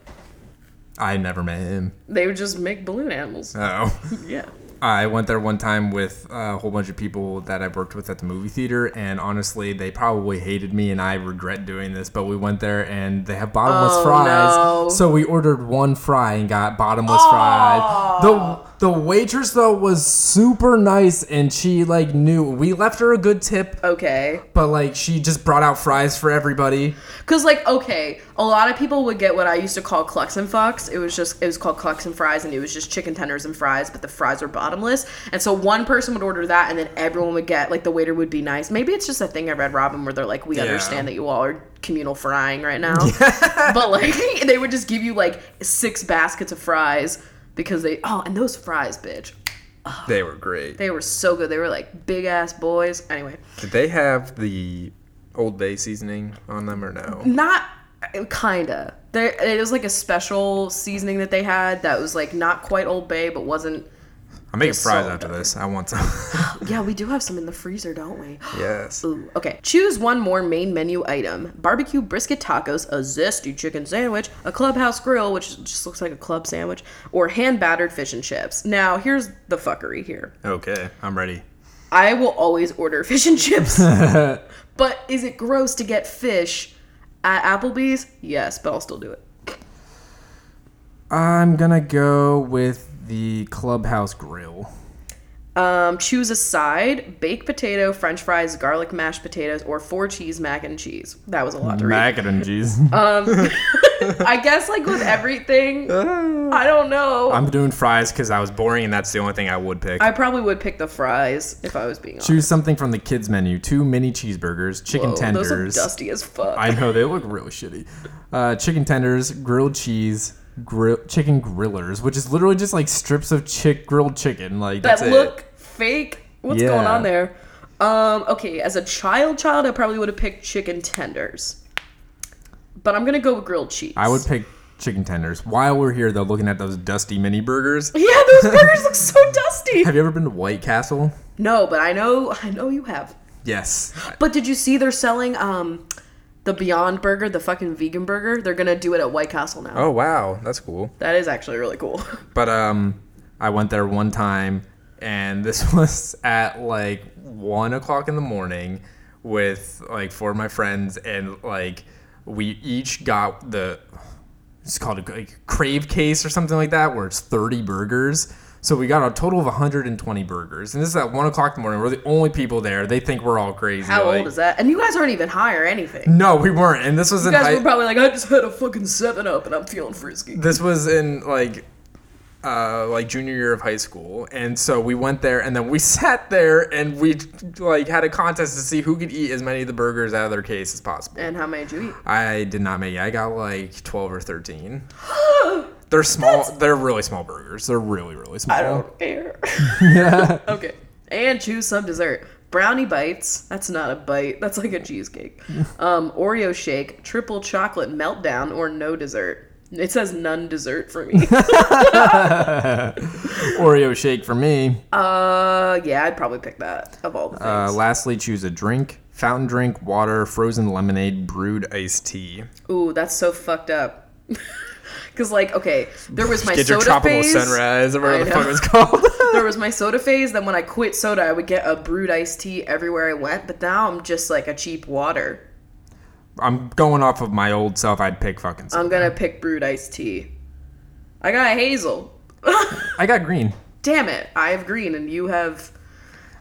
Speaker 2: I never met him.
Speaker 1: They would just make balloon animals.
Speaker 2: Oh.
Speaker 1: Yeah.
Speaker 2: I went there one time with a whole bunch of people that I worked with at the movie theater, and honestly, they probably hated me, and I regret doing this. But we went there, and they have bottomless
Speaker 1: Oh,
Speaker 2: fries,
Speaker 1: no.
Speaker 2: so we ordered one fry and got bottomless fries. The the waitress though was super nice, and she like knew we left her a good tip,
Speaker 1: Okay.
Speaker 2: but like she just brought out fries for everybody.
Speaker 1: Cause like okay, a lot of people would get what I used to call clucks and fucks. It was just it was called clucks and fries, and it was just chicken tenders and fries, but the fries were bottomless. And so one person would order that, and then everyone would get like the waiter would be nice. Maybe it's just a thing at Red Robin where they're like, we understand that you all are communal frying right now, but like they would just give you like six baskets of fries because they oh and those fries, bitch,
Speaker 2: They were great.
Speaker 1: they were so good. They were like big ass boys. Anyway,
Speaker 2: Did they have the Old Bay seasoning on them or no?
Speaker 1: not kinda there it was like a special seasoning that they had that was like not quite old bay but wasn't
Speaker 2: I'm making
Speaker 1: fries so after
Speaker 2: this. I want some.
Speaker 1: yeah we do have some in the freezer don't we
Speaker 2: yes.
Speaker 1: Ooh, okay choose one more main menu item barbecue brisket tacos a zesty chicken sandwich a clubhouse grill which just looks like a club sandwich or hand battered fish and chips now here's the fuckery here
Speaker 2: Okay, I'm ready.
Speaker 1: I will always order fish and chips. but is it gross to get fish at Applebee's? Yes, but I'll still do it.
Speaker 2: I'm gonna go with the Clubhouse Grill.
Speaker 1: Um, choose a side: baked potato, French fries, garlic mashed potatoes, or four cheese mac and cheese. That was a lot to read.
Speaker 2: and cheese.
Speaker 1: Oh.
Speaker 2: Mm.
Speaker 1: I guess like with everything, I don't know. i
Speaker 2: Ah. I'm doing fries because I was boring and that's the only thing I would pick.
Speaker 1: probably would pick the fries if I was being honest.
Speaker 2: Choose something from the kids menu: two mini cheeseburgers, chicken
Speaker 1: Whoa,
Speaker 2: tenders.
Speaker 1: Oh, Those are dusty as fuck.
Speaker 2: I know they look really shitty. Uh, chicken tenders, grilled cheese, grill chicken grillers, which is literally just like strips of chick grilled chicken. Like
Speaker 1: that
Speaker 2: that's it.
Speaker 1: look fake. What's
Speaker 2: Yeah.
Speaker 1: going on there? Um, okay, as a child, child, I probably would have picked chicken tenders, but I'm gonna go with grilled cheese.
Speaker 2: I would pick chicken tenders. While we're here though, looking at those dusty mini burgers.
Speaker 1: Yeah, those burgers look so dusty.
Speaker 2: Have you ever been to White Castle?
Speaker 1: No, but I know, I know you have.
Speaker 2: Yes.
Speaker 1: But did you see they're selling um the Beyond Burger, the fucking vegan burger? They're gonna do it at White Castle now.
Speaker 2: Oh wow, that's cool.
Speaker 1: That is actually really cool.
Speaker 2: But um, I went there one time, and this was at like one o'clock in the morning with like four of my friends, and like we each got the it's called a like, crave case or something like that, where it's thirty burgers. So we got a total of 120 burgers, and this is at one o'clock in the morning. We're the only people there. They think we're all crazy.
Speaker 1: How
Speaker 2: like-
Speaker 1: old is that? And you guys aren't even high or anything.
Speaker 2: No, we weren't. And this was
Speaker 1: You
Speaker 2: in
Speaker 1: guys
Speaker 2: high-
Speaker 1: were probably like, I just had a fucking seven up and I'm feeling frisky.
Speaker 2: this was in like uh, like junior year of high school, and so we went there, and then we sat there, and we like had a contest to see who could eat as many of the burgers out of their case as possible.
Speaker 1: And how many did you eat?
Speaker 2: I did not make it. I got like twelve or thirteen. They're small. They're really small burgers. They're really really small.
Speaker 1: I don't care. okay. And choose some dessert. Brownie bites. That's not a bite. That's like a cheesecake. Um, Oreo shake, triple chocolate meltdown, or no dessert. It says none dessert for me.
Speaker 2: Oreo shake for me.
Speaker 1: uh, yeah, I'd probably pick that of all the
Speaker 2: Uh,
Speaker 1: things.
Speaker 2: lastly, choose a drink: fountain drink, water, frozen lemonade, brewed iced tea.
Speaker 1: Ooh, that's so fucked up. Cause like, okay, there was my
Speaker 2: Get your
Speaker 1: soda
Speaker 2: tropical
Speaker 1: phase.
Speaker 2: sunrise, or
Speaker 1: I
Speaker 2: whatever the fuck
Speaker 1: know.
Speaker 2: it's called.
Speaker 1: there was my soda phase. Then when I quit soda, I would get a brewed iced tea everywhere I went. But now I'm just like a cheap water.
Speaker 2: I'm going off of my old self. I'd pick fucking.
Speaker 1: I'm gonna pick brewed iced tea. I got hazel.
Speaker 2: I got green.
Speaker 1: Damn it! I have green and you have.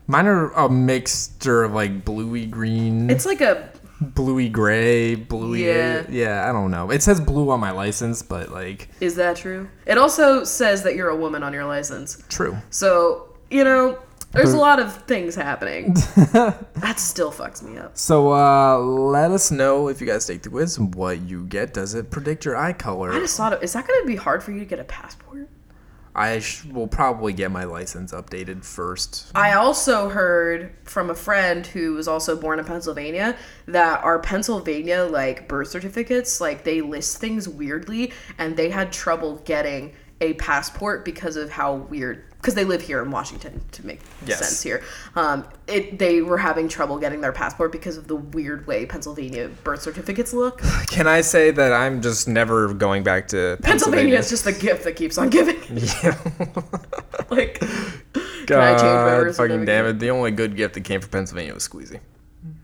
Speaker 2: Mine are a mixture of like bluey green,
Speaker 1: It's like a
Speaker 2: bluey gray, bluey.
Speaker 1: Yeah.
Speaker 2: Yeah. I don't know. It says blue on my license, but like
Speaker 1: Is that true? It also says that you're a woman on your license.
Speaker 2: true.
Speaker 1: So, you know, there's a lot of things happening. that still fucks me up.
Speaker 2: So uh let us know if you guys take the quiz and what you get. Does it predict your eye color?
Speaker 1: I just thought, of- is that going to be hard for you to get a passport?
Speaker 2: I sh- will probably get my license updated first.
Speaker 1: I also heard from a friend who was also born in Pennsylvania that our Pennsylvania like birth certificates, like they list things weirdly and they had trouble getting a passport because of how weird because they live here in Washington to make
Speaker 2: Yes.
Speaker 1: sense here. Um, it they were having trouble getting their passport because of the weird way Pennsylvania birth certificates look.
Speaker 2: Can I say that I'm just never going back to
Speaker 1: Pennsylvania is just the gift that keeps on giving. like can I change my
Speaker 2: God,
Speaker 1: birth
Speaker 2: fucking damn
Speaker 1: certificate?
Speaker 2: it! The only good gift that came from Pennsylvania was Squeezy.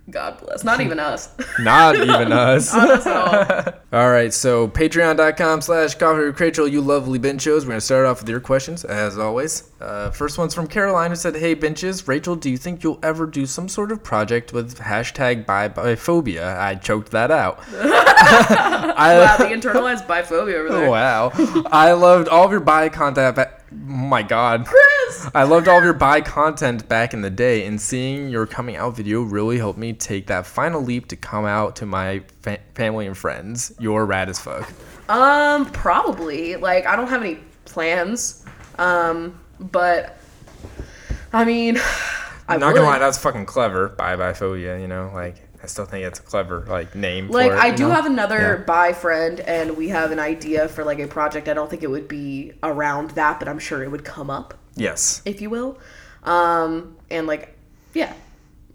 Speaker 1: God bless. Not even us.
Speaker 2: Not even us.
Speaker 1: Not us at all.
Speaker 2: All right, so patreon.com slash coffee with Rachel, you lovely benchos. We're going to start off with your questions, as always. Uh, first one's from Caroline, who said, Hey, benches, Rachel, do you think you'll ever do some sort of project with hashtag bi- biphobia? I choked that out.
Speaker 1: Wow, the internalized biphobia over there.
Speaker 2: wow. I loved all of your bi content. Ba- my God.
Speaker 1: Chris!
Speaker 2: I loved all of your bi content back in the day, and seeing your coming out video really helped me take that final leap to come out to my fa- family and friends. You're rad as fuck.
Speaker 1: Um, probably. Like, I don't have any plans. Um, but I mean, I
Speaker 2: not
Speaker 1: would.
Speaker 2: gonna lie, that's fucking clever. Bye bye phobia, you know, like I still think it's a clever like name.
Speaker 1: Like,
Speaker 2: for it,
Speaker 1: I
Speaker 2: you
Speaker 1: do
Speaker 2: know?
Speaker 1: have another
Speaker 2: Yeah.
Speaker 1: bi friend, and we have an idea for like a project. I don't think it would be around that, but I'm sure it would come up,
Speaker 2: Yes,
Speaker 1: if you will. Um, and like, yeah,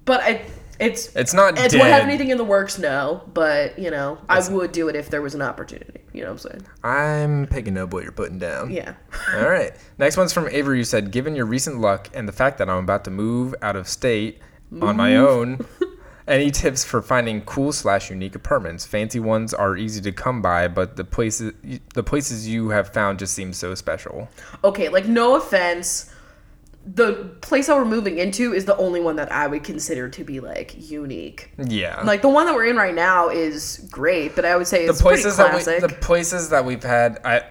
Speaker 1: but I, it's
Speaker 2: it's not
Speaker 1: it
Speaker 2: dead.
Speaker 1: won't Uh, have anything in the works, no. But you know, I would do it if there was an opportunity. You know what I'm saying?
Speaker 2: I'm picking up what you're putting down.
Speaker 1: Yeah.
Speaker 2: All right. Next one's from Avery. You said, given your recent luck and the fact that I'm about to move out of state on my own, any tips for finding cool slash unique apartments? Fancy ones are easy to come by, but the places the places you have found just seem so special.
Speaker 1: okay, like no offense, the place that we're moving into is the only one that I would consider to be like unique.
Speaker 2: Yeah.
Speaker 1: Like the one that we're in right now is great, but I would say it's
Speaker 2: the places
Speaker 1: pretty
Speaker 2: that we,
Speaker 1: classic.
Speaker 2: the places that we've had I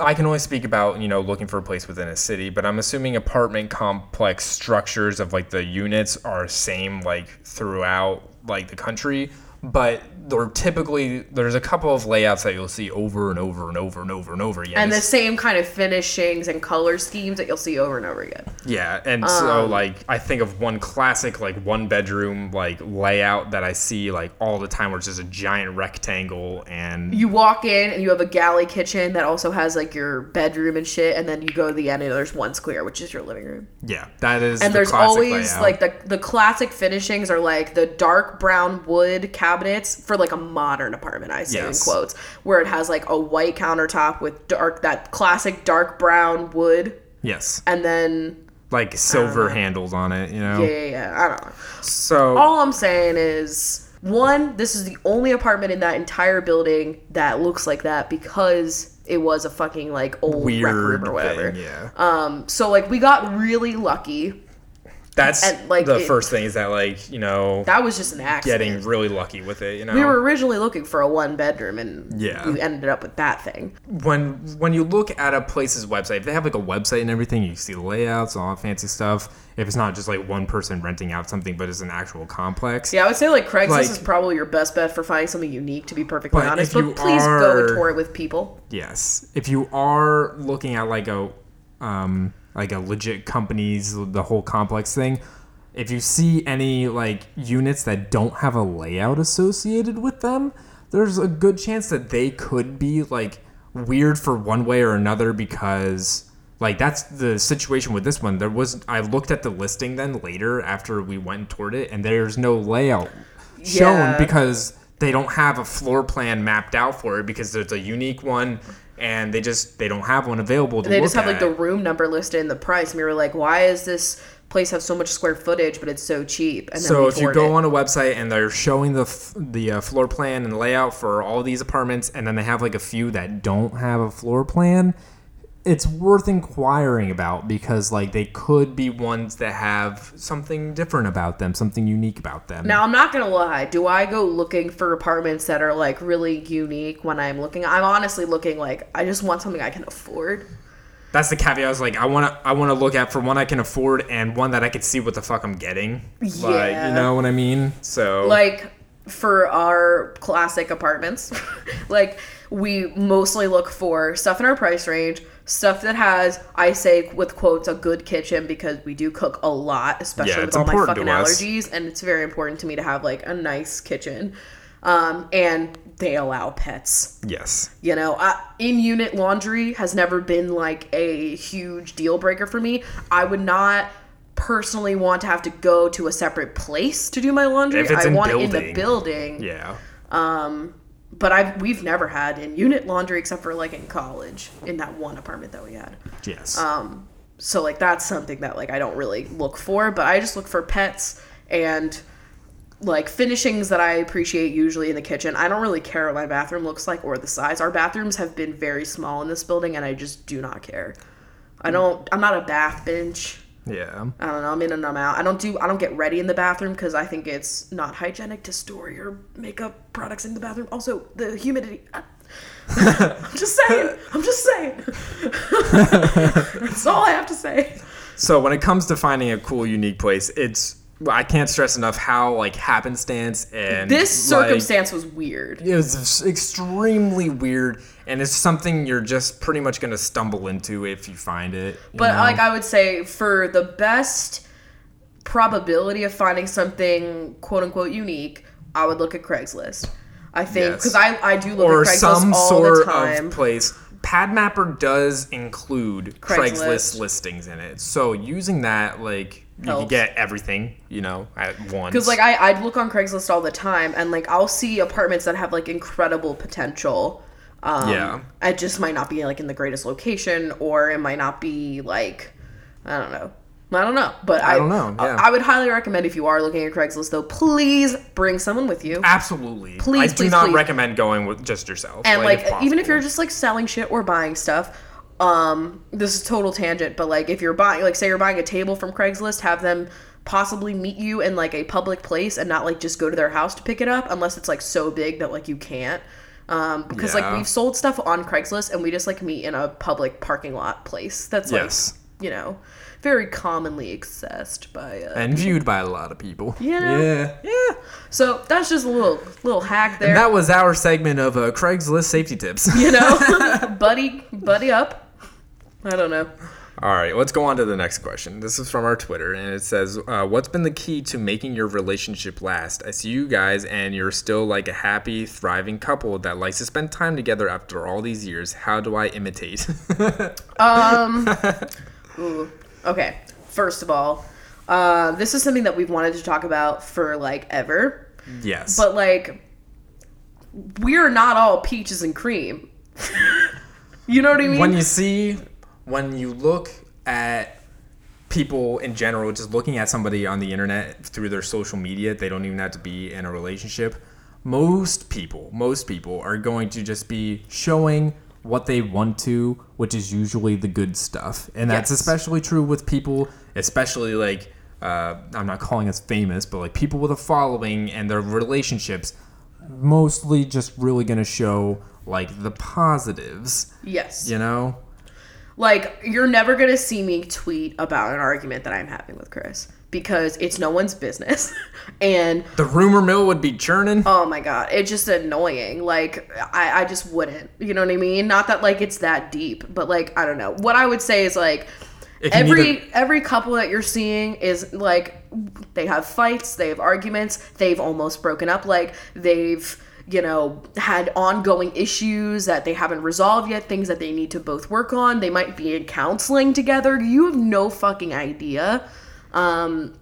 Speaker 2: I can only speak about you know looking for a place within a city, but I'm assuming apartment complex structures of like the units are same like throughout like the country, but they're typically there's a couple of layouts that you'll see over and over and over and over and over again.
Speaker 1: and the
Speaker 2: It's-
Speaker 1: same kind of finishings and color schemes that you'll see over and over again.
Speaker 2: Yeah, and so
Speaker 1: um,
Speaker 2: like I think of one classic like one bedroom like layout that I see like all the time, where it's just a giant rectangle and
Speaker 1: You walk in and you have a galley kitchen that also has like your bedroom and shit, and then you go to the end and there's one square, which is your living room.
Speaker 2: yeah, that is
Speaker 1: and
Speaker 2: the
Speaker 1: there's
Speaker 2: classic
Speaker 1: always
Speaker 2: layout.
Speaker 1: like the the classic finishings are like the dark brown wood cabinets for like a modern apartment i say
Speaker 2: Yes.
Speaker 1: in quotes where it has like a white countertop with dark that classic dark brown wood
Speaker 2: yes,
Speaker 1: and then
Speaker 2: like silver handles on it, you know.
Speaker 1: Uh-huh. yeah yeah, yeah i don't know
Speaker 2: So
Speaker 1: all i'm saying is one this is the only apartment in that entire building that looks like that because it was a fucking like old rec
Speaker 2: weird
Speaker 1: room or whatever
Speaker 2: thing, yeah.
Speaker 1: um so like we got really lucky
Speaker 2: That's
Speaker 1: and, like,
Speaker 2: the
Speaker 1: it-
Speaker 2: first thing is that like you know
Speaker 1: that was just an accident
Speaker 2: getting really lucky with it. You know,
Speaker 1: We were originally looking for a one bedroom, and
Speaker 2: Yeah.
Speaker 1: we ended up with that thing.
Speaker 2: when when you look at a place's website, if they have like a website and everything, you see the layouts, all that fancy stuff. If it's not just like one person renting out something, but it's an actual complex.
Speaker 1: Yeah, I would say like Craigslist
Speaker 2: Like-
Speaker 1: is probably your best bet for finding something unique. To be perfectly
Speaker 2: But if
Speaker 1: honest,
Speaker 2: you
Speaker 1: but please go
Speaker 2: are-
Speaker 1: and tour it with people.
Speaker 2: Yes, if you are looking at like a um, like a legit company's the whole complex thing, if you see any like units that don't have a layout associated with them, there's a good chance that they could be like weird for one way or another because like that's the situation with this one. There was I looked at the listing then later after we went and toured it, and there's no layout shown
Speaker 1: Yeah.
Speaker 2: because because they don't have a floor plan mapped out for it because there's a unique one and they just they don't have one available to
Speaker 1: They
Speaker 2: look
Speaker 1: just have like
Speaker 2: at.
Speaker 1: the room number listed and the price, and we were like, why is this place have so much square footage but it's so cheap? And then
Speaker 2: so
Speaker 1: we
Speaker 2: if you
Speaker 1: toured
Speaker 2: go
Speaker 1: it.
Speaker 2: on a website and they're showing the f- the uh, floor plan and layout for all these apartments and then they have like a few that don't have a floor plan it's worth inquiring about because like they could be ones that have something different about them something unique about them
Speaker 1: Now I'm not gonna lie. Do I go looking for apartments that are like really unique when I'm looking? I'm honestly looking like I just want something I can afford.
Speaker 2: that's the caveat i was like i want to i want to look at for one i can afford and one that i could see what the fuck i'm getting like
Speaker 1: Yeah.
Speaker 2: you know what i mean so
Speaker 1: like for our classic apartments like we mostly look for stuff in our price range stuff that has i say with quotes a good kitchen because we do cook a lot especially
Speaker 2: Yeah,
Speaker 1: with
Speaker 2: it's
Speaker 1: all my
Speaker 2: important
Speaker 1: fucking
Speaker 2: to us.
Speaker 1: allergies and it's very important to me to have like a nice kitchen um, and they allow pets
Speaker 2: Yes.
Speaker 1: you know I, in unit laundry has never been like a huge deal breaker for me i would not personally want to have to go to a separate place to do my laundry
Speaker 2: If it's
Speaker 1: i
Speaker 2: in
Speaker 1: want it in the
Speaker 2: building.
Speaker 1: building
Speaker 2: Yeah.
Speaker 1: but i've we've never had in unit laundry except for like in college in that one apartment that we had
Speaker 2: Yes.
Speaker 1: um, so like that's something that like i don't really look for but i just look for pets and like finishings that i appreciate usually in the kitchen i don't really care what my bathroom looks like or the size our bathrooms have been very small in this building and i just do not care i don't i'm not a bath bench
Speaker 2: yeah.
Speaker 1: i don't know i'm in and i'm out i don't do i don't get ready in the bathroom because i think it's not hygienic to store your makeup products in the bathroom also the humidity ah. i'm just saying i'm just saying that's all i have to say
Speaker 2: So when it comes to finding a cool, unique place, it's I can't stress enough how like happenstance and
Speaker 1: This
Speaker 2: like,
Speaker 1: circumstance was weird.
Speaker 2: it was extremely weird, and it's something you're just pretty much gonna stumble into if you find it. you
Speaker 1: But
Speaker 2: know?
Speaker 1: like I would say for the best probability of finding something quote unquote unique, I would look at Craigslist. I think
Speaker 2: Yes.
Speaker 1: because I, I do look
Speaker 2: or
Speaker 1: at Craigslist
Speaker 2: some
Speaker 1: all the
Speaker 2: sort
Speaker 1: time.
Speaker 2: of place. Padmapper does include Craigslist.
Speaker 1: Craigslist.
Speaker 2: listings in it, so using that like you can
Speaker 1: Helps.
Speaker 2: get everything you know at once.
Speaker 1: Because like I, I'd look on Craigslist all the time, and like I'll see apartments that have like incredible potential. Um,
Speaker 2: Yeah.
Speaker 1: it just might not be like in the greatest location, or it might not be like I don't know. I don't know, but I,
Speaker 2: don't know, yeah.
Speaker 1: I, I would highly recommend if you are looking at Craigslist, though, please bring someone with you.
Speaker 2: Absolutely.
Speaker 1: Please,
Speaker 2: I do
Speaker 1: please,
Speaker 2: not
Speaker 1: please.
Speaker 2: recommend going with just yourself.
Speaker 1: and like,
Speaker 2: if
Speaker 1: even if
Speaker 2: possible.
Speaker 1: you're just like selling shit or buying stuff um this is total tangent but like if you're buying like say you're buying a table from craigslist have them possibly meet you in like a public place and not like just go to their house to pick it up unless it's like so big that like you can't um because
Speaker 2: Yeah.
Speaker 1: like we've sold stuff on craigslist and we just like meet in a public parking lot place that's like
Speaker 2: Yes.
Speaker 1: you know very commonly accessed by uh,
Speaker 2: and viewed by a lot of people.
Speaker 1: You know?
Speaker 2: Yeah. Yeah.
Speaker 1: so that's just a little little hack there
Speaker 2: And that was our segment of uh, Craigslist safety tips.
Speaker 1: you know buddy buddy up i don't know
Speaker 2: All right, let's go on to the next question. This is from our Twitter, and it says, uh, "What's been the key to making your relationship last? I see you guys, and you're still like a happy, thriving couple that likes to spend time together after all these years. How do I imitate?"
Speaker 1: Um. ooh, okay. First of all, uh, this is something that we've wanted to talk about for like ever.
Speaker 2: yes,
Speaker 1: But like, we're not all peaches and cream. you know what I mean?
Speaker 2: when you see, when you look at people in general, just looking at somebody on the internet through their social media, they don't even have to be in a relationship. Most people, most people are going to just be showing what they want to, which is usually the good stuff. And that's
Speaker 1: Yes.
Speaker 2: especially true with people, especially like, uh, I'm not calling us famous, but like people with a following and their relationships, mostly just really going to show like the positives
Speaker 1: yes.
Speaker 2: you know
Speaker 1: Like, you're never gonna see me tweet about an argument that I'm having with Chris because it's no one's business, and
Speaker 2: the rumor mill would be churning
Speaker 1: oh my god it's just annoying like I, I just wouldn't you know what i mean not that like it's that deep but like i don't know what i would say is like
Speaker 2: If you need
Speaker 1: every every couple that you're seeing is like they have fights they have arguments they've almost broken up like they've you know had ongoing issues that they haven't resolved yet things that they need to both work on they might be in counseling together you have no fucking idea um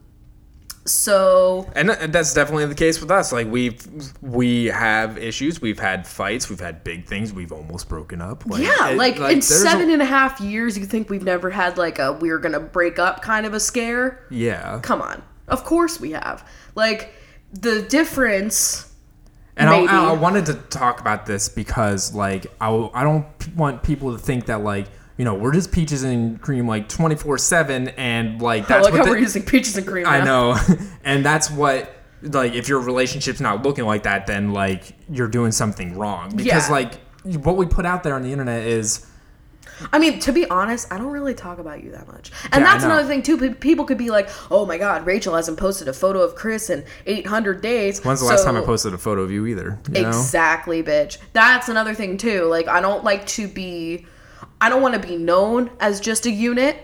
Speaker 1: so
Speaker 2: and th- that's definitely the case with us like we've we have issues we've had fights we've had big things we've almost broken up like,
Speaker 1: Yeah,
Speaker 2: it-
Speaker 1: like, in
Speaker 2: there's a-
Speaker 1: seven and a half years, you think we've never had like a we're gonna break up kind of a scare?
Speaker 2: yeah
Speaker 1: Come on, of course we have. Like the difference.
Speaker 2: and I,
Speaker 1: maybe.
Speaker 2: I, I wanted to talk about this because like I, I don't p- want people to think that like you know we're just peaches and cream like 24 7 and like
Speaker 1: I
Speaker 2: that's
Speaker 1: like how
Speaker 2: what the-
Speaker 1: we're using peaches and cream.
Speaker 2: I
Speaker 1: now.
Speaker 2: know. And that's what like if your relationship's not looking like that then like you're doing something wrong because
Speaker 1: Yeah.
Speaker 2: like what we put out there on the internet is
Speaker 1: I mean, to be honest, I don't really talk about you that much. And
Speaker 2: Yeah, I
Speaker 1: that's
Speaker 2: know.
Speaker 1: another thing too. Pe- People could be like, "Oh my God, Rachel hasn't posted a photo of Chris in 800 days."
Speaker 2: when's the last time I
Speaker 1: So-
Speaker 2: posted a photo of you either, you know?
Speaker 1: Exactly, bitch. That's another thing too. Like I don't like to be I don't want to be known as just a unit.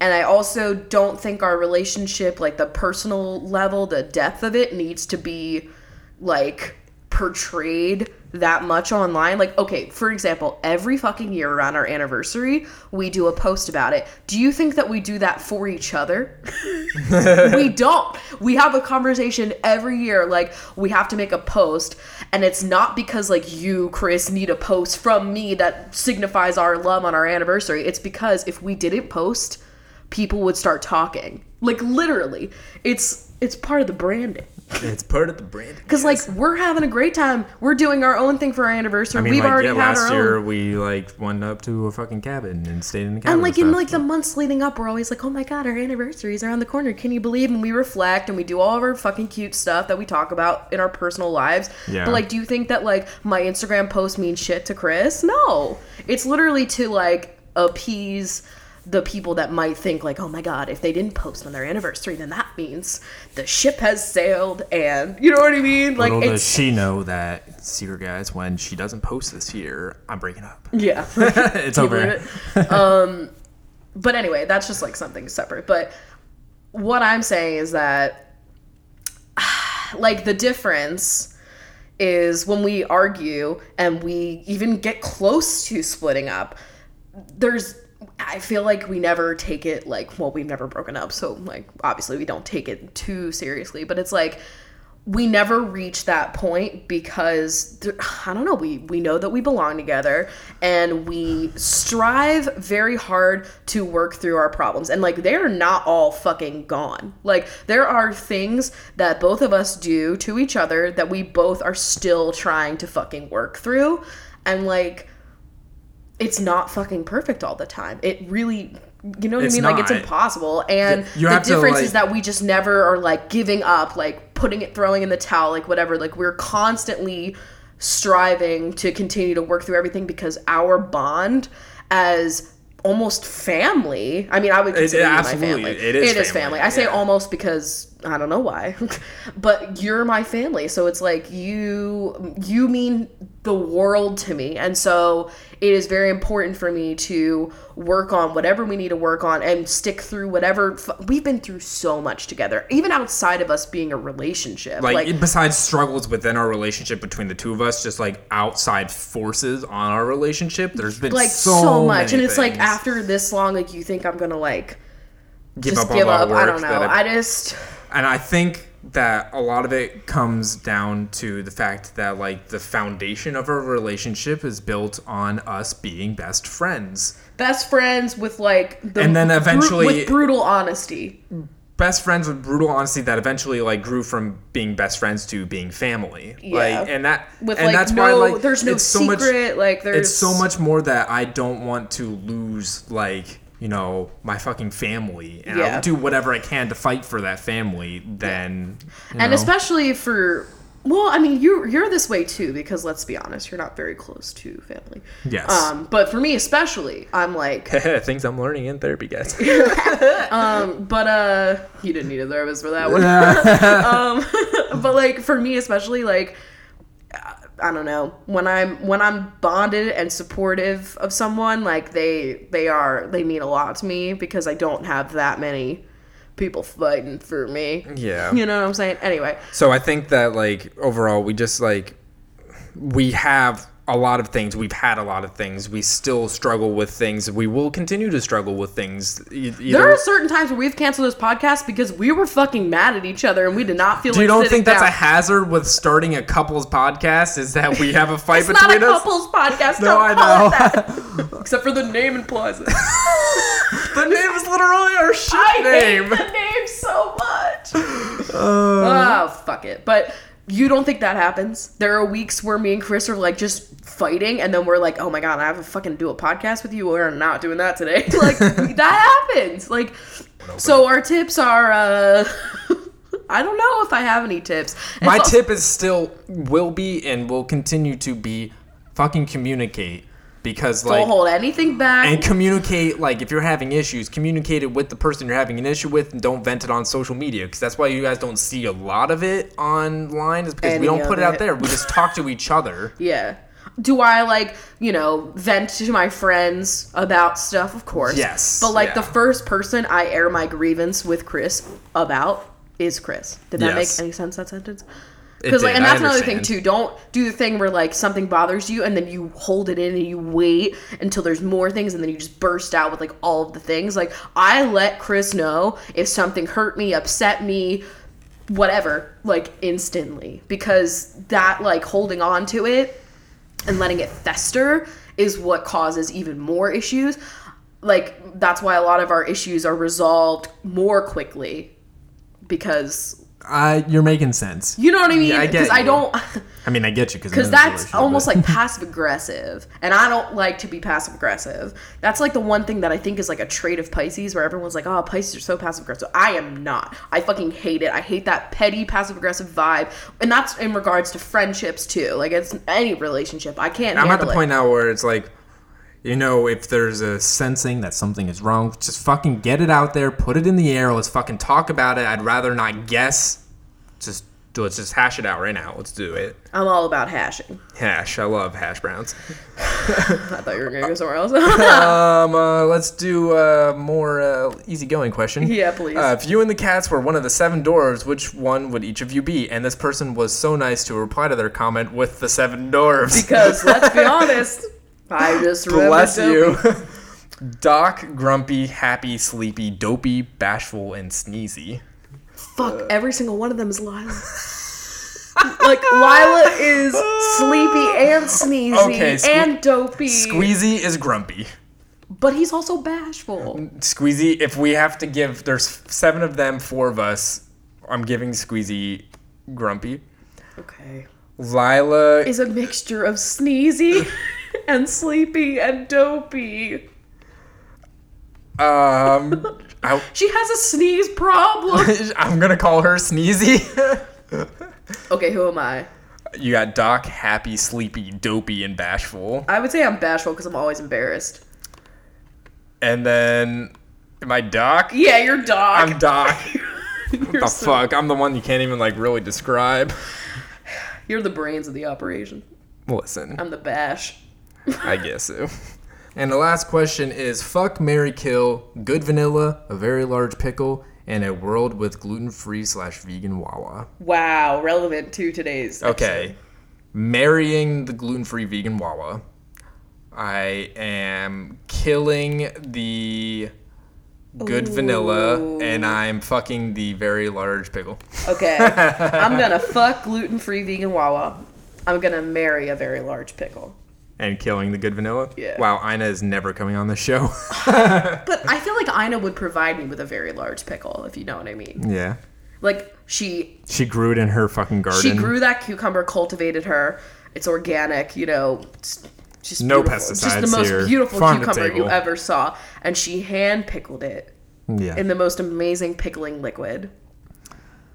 Speaker 1: And I also don't think our relationship, like the personal level, the depth of it needs to be like portrayed that much online. Like, okay, for example, every fucking year around our anniversary, we do a post about it. Do you think that we do that for each other? we don't. We have a conversation every year. Like we have to make a post, and it's not because like you, Chris, need a post from me that signifies our love on our anniversary. It's because if we didn't post, people would start talking. Like literally, it's it's part of the branding.
Speaker 2: It's part of the brand.
Speaker 1: Because like we're having a great time. We're doing our own thing for our anniversary.
Speaker 2: I mean,
Speaker 1: We've
Speaker 2: like,
Speaker 1: already
Speaker 2: yeah,
Speaker 1: had
Speaker 2: last
Speaker 1: our
Speaker 2: year
Speaker 1: own.
Speaker 2: we like went up to a fucking cabin and stayed in the cabin.
Speaker 1: And like in
Speaker 2: stuff.
Speaker 1: like the months leading up, we're always like, "Oh my god, our anniversaries are on the corner. Can you believe?" And we reflect and we do all of our fucking cute stuff that we talk about in our personal lives.
Speaker 2: Yeah.
Speaker 1: But like, do you think that like my Instagram post means shit to Chris? No, it's literally to like appease the people that might think like, "Oh my god, if they didn't post on their anniversary, then that means the ship has sailed." And you know what I mean? Like,
Speaker 2: Little does
Speaker 1: it's
Speaker 2: she know that secret guys when she doesn't post this year, I'm breaking up.
Speaker 1: yeah.
Speaker 2: it's over.
Speaker 1: um, but anyway, that's just like something separate. But what I'm saying is that, like, the difference is when we argue and we even get close to splitting up, there's I feel like we never take it like well we've never broken up so like obviously we don't take it too seriously but it's like we never reach that point because th- I don't know we we know that we belong together and we strive very hard to work through our problems and like they're not all fucking gone like there are things that both of us do to each other that we both are still trying to fucking work through and like it's not fucking perfect all the time. It really, you know what
Speaker 2: It's
Speaker 1: I mean? Like it's
Speaker 2: not.
Speaker 1: impossible. And
Speaker 2: You
Speaker 1: the
Speaker 2: have to,
Speaker 1: difference
Speaker 2: like-
Speaker 1: is that we just never are like giving up, like putting it, throwing in the towel, like whatever. Like we're constantly striving to continue to work through everything because our bond as almost family. I mean, I would consider you my
Speaker 2: absolutely,
Speaker 1: family.
Speaker 2: it is
Speaker 1: It is
Speaker 2: family,
Speaker 1: family. I say
Speaker 2: yeah.
Speaker 1: almost because I don't know why, but you're my family. So it's like you you mean the world to me. And so it is very important for me to work on whatever we need to work on and stick through whatever f- we've been through so much together, even outside of us being a relationship.
Speaker 2: Like, besides struggles within our relationship between the two of us, just like outside forces on our relationship, there's been
Speaker 1: like so, much. And
Speaker 2: many
Speaker 1: it's like
Speaker 2: things.
Speaker 1: after this long, like you think I'm gonna like
Speaker 2: give
Speaker 1: just
Speaker 2: up
Speaker 1: give
Speaker 2: on
Speaker 1: up.
Speaker 2: work
Speaker 1: I don't know.
Speaker 2: that
Speaker 1: I just
Speaker 2: and I think that a lot of it comes down to the fact that like the foundation of our relationship is built on us being best friends.
Speaker 1: best friends with like the
Speaker 2: And then
Speaker 1: bru-
Speaker 2: eventually-
Speaker 1: with brutal honesty.
Speaker 2: Best friends with brutal honesty that eventually like grew from being best friends to being family.
Speaker 1: Yeah.
Speaker 2: Like and that
Speaker 1: With
Speaker 2: and
Speaker 1: like
Speaker 2: that's
Speaker 1: no,
Speaker 2: why like
Speaker 1: there's no
Speaker 2: it's so
Speaker 1: secret.
Speaker 2: much
Speaker 1: like there's
Speaker 2: it's so much more that I don't want to lose like you know my fucking family, and
Speaker 1: Yeah.
Speaker 2: I'll do whatever I can to fight for that family. Then, you
Speaker 1: and
Speaker 2: know.
Speaker 1: especially for well i mean you you're this way too because let's be honest you're not very close to family
Speaker 2: Yes.
Speaker 1: um but for me especially i'm like
Speaker 2: things I'm learning in therapy, guys.
Speaker 1: but uh you didn't need a therapist for that one um but like for me especially like I don't know when I'm when I'm bonded and supportive of someone like they they are they mean a lot to me because I don't have that many people fighting for me.
Speaker 2: Yeah.
Speaker 1: you know what I'm saying. Anyway,
Speaker 2: So I think that like overall we just like we have a lot of things we've had a lot of things we still struggle with things we will continue to struggle with things e- either
Speaker 1: There are certain times where we've canceled this podcast because we were fucking mad at each other and we did not feel.
Speaker 2: do
Speaker 1: like
Speaker 2: you don't
Speaker 1: sitting
Speaker 2: think that's
Speaker 1: down.
Speaker 2: a hazard with starting a couples podcast is that we have a fight
Speaker 1: It's
Speaker 2: between
Speaker 1: not a
Speaker 2: us
Speaker 1: couples podcast.
Speaker 2: No,
Speaker 1: don't
Speaker 2: I
Speaker 1: call it
Speaker 2: know.
Speaker 1: that. Except for the name implies it.
Speaker 2: the name is literally our shit
Speaker 1: I hate
Speaker 2: name
Speaker 1: the name so much.
Speaker 2: Uh.
Speaker 1: oh fuck it. But you don't think that happens? There are weeks where me and Chris are like just fighting, and then we're like, "Oh my god, I have to fucking do a podcast with you. We're not doing that today." like that happens. Like, so our tips are. uh I don't know if I have any tips. It's
Speaker 2: my
Speaker 1: also-
Speaker 2: tip is still will be and will continue to be fucking communicate because like
Speaker 1: don't hold anything back.
Speaker 2: and communicate like if you're having issues communicate it with the person you're having an issue with and don't vent it on social media because that's why you guys don't see a lot of it online is because
Speaker 1: Any
Speaker 2: we don't
Speaker 1: of
Speaker 2: put it out
Speaker 1: it.
Speaker 2: there we just talk to each other
Speaker 1: yeah. Do I like, you know, vent to my friends about stuff? Of course.
Speaker 2: Yes,
Speaker 1: But like the
Speaker 2: yeah.
Speaker 1: first person I air my grievance with Chris about is Chris. Did that
Speaker 2: Yes.
Speaker 1: make any sense that sentence?
Speaker 2: It
Speaker 1: Because like,
Speaker 2: did,
Speaker 1: and
Speaker 2: I
Speaker 1: that's another thing
Speaker 2: understand.
Speaker 1: too. Don't do the thing where like something bothers you and then you hold it in and you wait until there's more things and then you just burst out with like all of the things. Like I let Chris know if something hurt me, upset me, whatever, like instantly because that like holding on to it and letting it fester is what causes even more issues. Like that's why a lot of our issues are resolved more quickly because
Speaker 2: uh, you're making sense
Speaker 1: you know what I mean?
Speaker 2: I get
Speaker 1: Because I
Speaker 2: you.
Speaker 1: don't
Speaker 2: i mean i get you
Speaker 1: because that's almost like passive aggressive and i don't like to be passive aggressive that's like the one thing that i think is like a trait of pisces where everyone's like oh pisces are so passive aggressive i am not i fucking hate it i hate that petty passive aggressive vibe and that's in regards to friendships too like it's any relationship i can't
Speaker 2: i'm at the
Speaker 1: handle it.
Speaker 2: point now where it's like you know if there's a sensing that something is wrong just fucking get it out there put it in the air let's fucking talk about it i'd rather not guess just let's just hash it out right now let's do it
Speaker 1: i'm all about hashing
Speaker 2: hash i love hash browns
Speaker 1: i thought you were gonna go somewhere else
Speaker 2: Um, uh, let's do a more uh, easygoing question.
Speaker 1: Yeah, please.
Speaker 2: Uh, if you and the cats were one of the seven dwarves, which one would each of you be? And this person was so nice to reply to their comment with the seven dwarves.
Speaker 1: because let's be honest i just remembered
Speaker 2: Bless
Speaker 1: Dopey.
Speaker 2: you. Doc, grumpy, happy, sleepy, dopey, bashful, and sneezy.
Speaker 1: Fuck, every single one of them is Lila. like Lila is sleepy and sneezy
Speaker 2: Okay, sque-
Speaker 1: and dopey,
Speaker 2: Squeezy is grumpy.
Speaker 1: but he's also bashful.
Speaker 2: Squeezy, if we have to give, there's seven of them, four of us. I'm giving Squeezy grumpy.
Speaker 1: Okay,
Speaker 2: Lila
Speaker 1: is a mixture of sneezy and sleepy and dopey.
Speaker 2: Um, I,
Speaker 1: She has a sneeze problem.
Speaker 2: I'm gonna call her Sneezy.
Speaker 1: okay, who am I?
Speaker 2: you got Doc, happy, sleepy, dopey, and bashful,
Speaker 1: I would say I'm bashful because I'm always embarrassed.
Speaker 2: and then am I Doc?
Speaker 1: Yeah, you're dog.
Speaker 2: I'm Doc.
Speaker 1: you're,
Speaker 2: The
Speaker 1: so-
Speaker 2: fuck? I'm the one you can't even like really describe.
Speaker 1: you're the brains of the operation.
Speaker 2: Listen,
Speaker 1: I'm the bash.
Speaker 2: I guess so. And the last question is fuck Mary Kill, good vanilla, a very large pickle, and a world with gluten free slash vegan Wawa.
Speaker 1: Wow, relevant to today's.
Speaker 2: Okay. Marrying the gluten free vegan Wawa. I am killing the good vanilla and I'm fucking the very large pickle.
Speaker 1: episode. Okay. I'm gonna fuck gluten free vegan Wawa. I'm gonna marry a very large pickle.
Speaker 2: And killing the good vanilla?
Speaker 1: Yeah.
Speaker 2: Wow, Ina is never coming on the show.
Speaker 1: But I feel like Ina would provide me with a very large pickle, if you know what I mean.
Speaker 2: yeah.
Speaker 1: Like she
Speaker 2: She grew it in her fucking garden.
Speaker 1: she grew that cucumber, cultivated her. It's organic, you know. It's just
Speaker 2: No
Speaker 1: beautiful. Just
Speaker 2: pesticides
Speaker 1: the most
Speaker 2: here.
Speaker 1: beautiful
Speaker 2: Farm to
Speaker 1: cucumber you
Speaker 2: table.
Speaker 1: ever saw, and she hand pickled it
Speaker 2: Yeah.
Speaker 1: in the most amazing pickling liquid.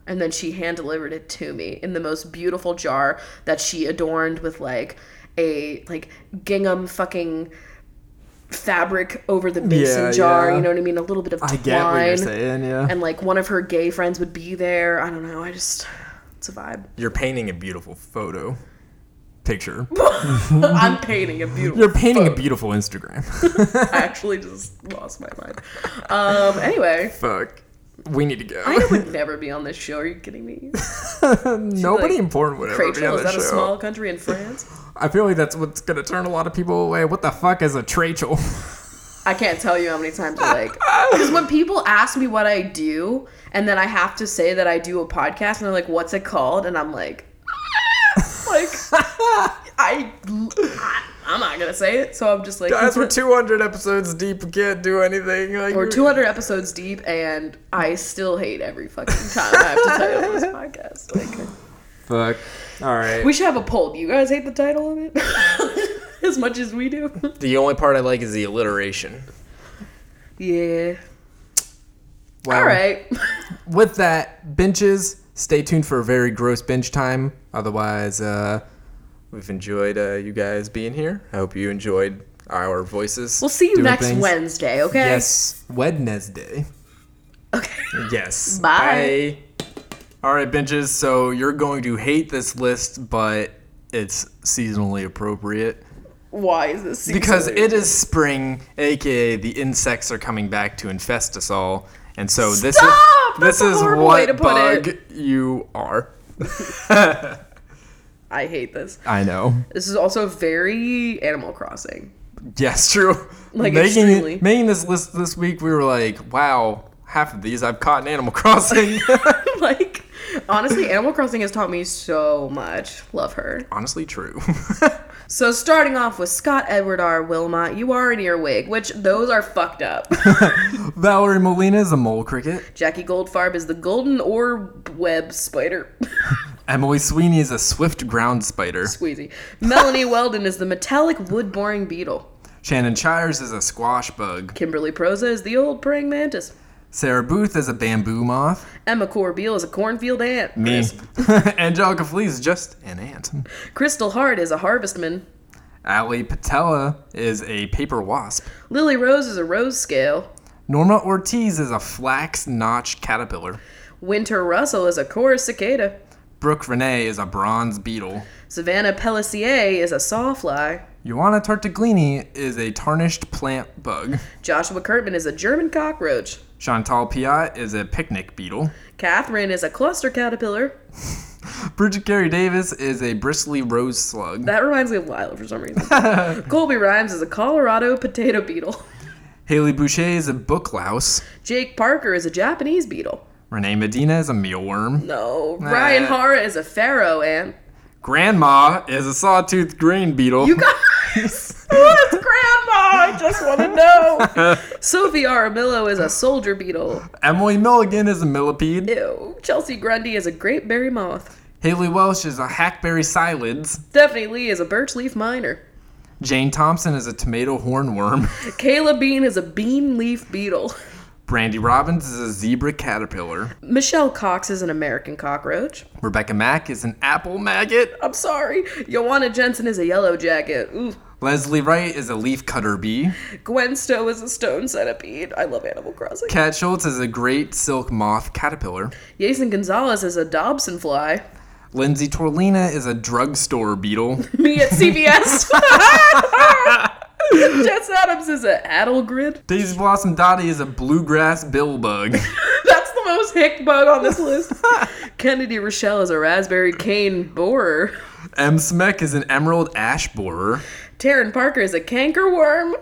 Speaker 1: And then she hand delivered it to me in the most beautiful jar that she adorned with like a like gingham fucking fabric over the mason
Speaker 2: Yeah,
Speaker 1: jar.
Speaker 2: yeah.
Speaker 1: You know what I mean? A little bit of twine.
Speaker 2: saying, yeah.
Speaker 1: And like one of her gay friends would be there. I don't know. I just it's a vibe.
Speaker 2: You're painting a beautiful photo picture.
Speaker 1: I'm painting a beautiful.
Speaker 2: You're painting a beautiful Instagram.
Speaker 1: I actually just lost my mind. Um. Anyway,
Speaker 2: Fuck. We need to go.
Speaker 1: I would never be on this show. Are you kidding me?
Speaker 2: Nobody
Speaker 1: like,
Speaker 2: important would ever be
Speaker 1: Rachel,
Speaker 2: on
Speaker 1: is
Speaker 2: the
Speaker 1: that
Speaker 2: show.
Speaker 1: a small country in France?
Speaker 2: I feel like that's what's gonna turn a lot of people away. What the fuck is a trachel?
Speaker 1: I can't tell you how many times I like because when people ask me what I do, and then I have to say that I do a podcast, and they're like, "What's it called?" and I'm like, like I, I I'm not gonna say it, so I'm just like,
Speaker 2: Guys, we're 200 episodes deep. We can't do anything. Like,
Speaker 1: We're 200 episodes deep, and I still hate every fucking time I have to title this podcast. Like,
Speaker 2: Fuck. All right.
Speaker 1: we should have a poll. Do you guys hate the title of it as much as we do?
Speaker 2: the only part I like is the alliteration.
Speaker 1: Yeah.
Speaker 2: Wow. Um,
Speaker 1: All right.
Speaker 2: With that, benches. Stay tuned for a very gross bench time. Otherwise, uh, we've enjoyed uh, you guys being here. I hope you enjoyed our voices.
Speaker 1: We'll see you
Speaker 2: doing
Speaker 1: next
Speaker 2: things.
Speaker 1: Wednesday. Okay.
Speaker 2: Yes, Wednesday.
Speaker 1: Okay.
Speaker 2: Yes.
Speaker 1: Bye.
Speaker 2: Bye. All right, benches. So you're going to hate this list, but it's seasonally appropriate
Speaker 1: Why is this?
Speaker 2: because
Speaker 1: seasonally-
Speaker 2: it is spring, aka the insects are coming back to infest us all, and so this
Speaker 1: Stop!
Speaker 2: is this
Speaker 1: That's a
Speaker 2: is
Speaker 1: horrible way to
Speaker 2: what
Speaker 1: put
Speaker 2: bug you are.
Speaker 1: I hate this.
Speaker 2: I know.
Speaker 1: This is also very Animal Crossing.
Speaker 2: Yes, true.
Speaker 1: Like,
Speaker 2: making
Speaker 1: extremely.
Speaker 2: making this list this week, we were like, wow, half of these I've caught in Animal Crossing.
Speaker 1: like, honestly, Animal Crossing has taught me so much. Love her.
Speaker 2: Honestly, true.
Speaker 1: So starting off with Scott Edward R. Wilmot, you are an earwig, which those are fucked up.
Speaker 2: Valerie Molina is a mole cricket.
Speaker 1: Jackie Goldfarb is the golden orb web spider.
Speaker 2: Emily Sweeney is a swift ground spider.
Speaker 1: Squeezy. Melanie Weldon is the metallic wood boring beetle.
Speaker 2: Shannon Chires is a squash bug.
Speaker 1: Kimberly Proza is the old praying mantis.
Speaker 2: Sarah Booth is a bamboo moth.
Speaker 1: Emma Corbeil is a cornfield ant.
Speaker 2: Me.
Speaker 1: Chris-
Speaker 2: Angelica Flea is just an ant.
Speaker 1: Crystal Hart is a harvestman.
Speaker 2: Ali Patella is a paper wasp.
Speaker 1: Lily Rose is a rose scale.
Speaker 2: Norma Ortiz is a flax notch caterpillar.
Speaker 1: Winter Russell is a chorus cicada.
Speaker 2: Brooke Renee is a bronze beetle.
Speaker 1: Savannah Pellissier is a sawfly.
Speaker 2: Ioana Tartaglini is a tarnished plant bug.
Speaker 1: Joshua Kurtman is a German cockroach.
Speaker 2: Chantal Piat is a picnic beetle.
Speaker 1: Catherine is a cluster caterpillar.
Speaker 2: Bridget Carey Davis is a bristly rose slug.
Speaker 1: That reminds me of Lila for some reason. Colby Rhymes is a Colorado potato beetle.
Speaker 2: Haley Boucher is a book louse.
Speaker 1: Jake Parker is a Japanese beetle.
Speaker 2: Renee Medina is a mealworm.
Speaker 1: No. Ryan Hara is a pharaoh ant.
Speaker 2: Grandma is a sawtooth green beetle.
Speaker 1: You guys, what is grandma? I just want to know. Sophie Aramillo is a soldier beetle.
Speaker 2: Emily Milligan is a millipede.
Speaker 1: Ew. Chelsea Grundy is a grapeberry moth.
Speaker 2: Haley Welsh is a hackberry psyllids.
Speaker 1: Stephanie Lee is a birch leaf miner.
Speaker 2: Jane Thompson is a tomato hornworm.
Speaker 1: Kayla Bean is a bean leaf beetle.
Speaker 2: Brandy Robbins is a zebra caterpillar.
Speaker 1: Michelle Cox is an American cockroach.
Speaker 2: Rebecca Mack is an apple maggot.
Speaker 1: I'm sorry. Joanna Jensen is a yellow jacket. Ooh.
Speaker 2: Leslie Wright is a leaf cutter bee.
Speaker 1: Gwen Stowe is a stone centipede. I love Animal Crossing.
Speaker 2: Cat Schultz is a great silk moth caterpillar.
Speaker 1: Jason Gonzalez is a Dobson fly.
Speaker 2: Lindsay Torlina is a drugstore beetle.
Speaker 1: Me at CVS. Jess Adams is a Adelgrid.
Speaker 2: Daisy Blossom Dottie is a bluegrass bill bug.
Speaker 1: That's the most hick bug on this list. Kennedy Rochelle is a raspberry cane borer.
Speaker 2: M. Smek is an emerald ash borer.
Speaker 1: Taryn Parker is a cankerworm.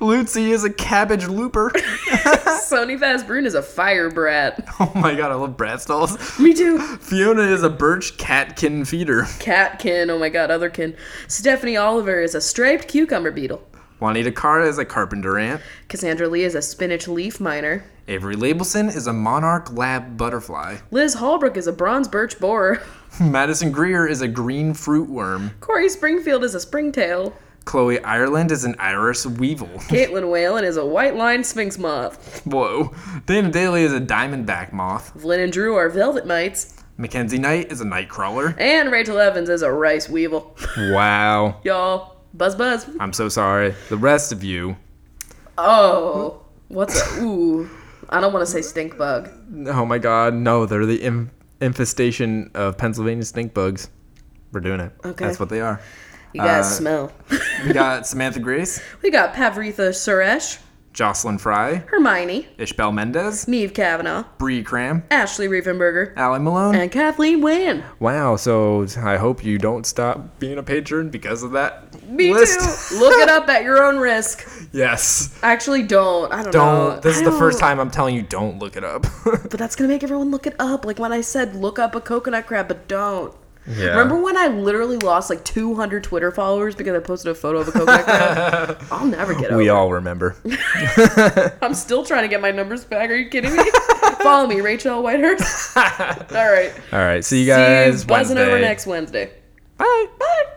Speaker 2: Lutzi is a cabbage looper.
Speaker 1: Sony Fazbrun is a fire brat.
Speaker 2: Oh my god, I love brat stalls.
Speaker 1: Me too.
Speaker 2: Fiona is a birch catkin feeder.
Speaker 1: Catkin. Oh my god, otherkin. Stephanie Oliver is a striped cucumber beetle.
Speaker 2: Juanita Cara is a carpenter ant.
Speaker 1: Cassandra Lee is a spinach leaf miner.
Speaker 2: Avery Labelson is a monarch lab butterfly.
Speaker 1: Liz Holbrook is a bronze birch borer.
Speaker 2: Madison Greer is a green fruit worm.
Speaker 1: Corey Springfield is a springtail.
Speaker 2: Chloe Ireland is an iris weevil.
Speaker 1: Caitlin Whalen is a white line sphinx moth.
Speaker 2: Whoa. Dana Daly is a diamondback moth.
Speaker 1: Flynn and Drew are velvet mites.
Speaker 2: Mackenzie Knight is a nightcrawler.
Speaker 1: And Rachel Evans is a rice weevil.
Speaker 2: Wow.
Speaker 1: Y'all, buzz buzz.
Speaker 2: I'm so sorry. The rest of you.
Speaker 1: Oh, what's a ooh? I don't want to say stink bug.
Speaker 2: Oh my god. No, they're the inf- infestation of Pennsylvania stink bugs. We're doing it.
Speaker 1: Okay.
Speaker 2: That's what they are.
Speaker 1: You guys
Speaker 2: Uh,
Speaker 1: smell.
Speaker 2: We got Samantha Grace,
Speaker 1: we got Pavritha Suresh,
Speaker 2: Jocelyn Fry,
Speaker 1: Hermione,
Speaker 2: Ishbel Mendez,
Speaker 1: Neve Kavanaugh,
Speaker 2: Bree Cram,
Speaker 1: Ashley Riefenberger,
Speaker 2: Allie Malone.
Speaker 1: and Kathleen Wynn.
Speaker 2: Wow. So I hope you don't stop being a patron because of that
Speaker 1: Me
Speaker 2: list.
Speaker 1: too. Look it up at your own risk.
Speaker 2: Yes.
Speaker 1: Actually, don't. I don't, know.
Speaker 2: Don't. This
Speaker 1: Uh, I
Speaker 2: is the first
Speaker 1: don't-
Speaker 2: time I'm telling you don't look it up.
Speaker 1: But that's gonna make everyone look it up. Like when I said, look up a coconut crab, but don't.
Speaker 2: yeah.
Speaker 1: Remember when I literally lost like 200 Twitter followers because I posted a photo of a coconut crab? I'll never get over.
Speaker 2: We
Speaker 1: it.
Speaker 2: all remember.
Speaker 1: I'm still trying to get my numbers back. Are you kidding me? Follow me, Rachel Whitehurst. all right.
Speaker 2: All right.
Speaker 1: See
Speaker 2: See you
Speaker 1: you
Speaker 2: guys.
Speaker 1: buzzing over
Speaker 2: Wednesday.
Speaker 1: next Wednesday.
Speaker 2: Bye. Bye.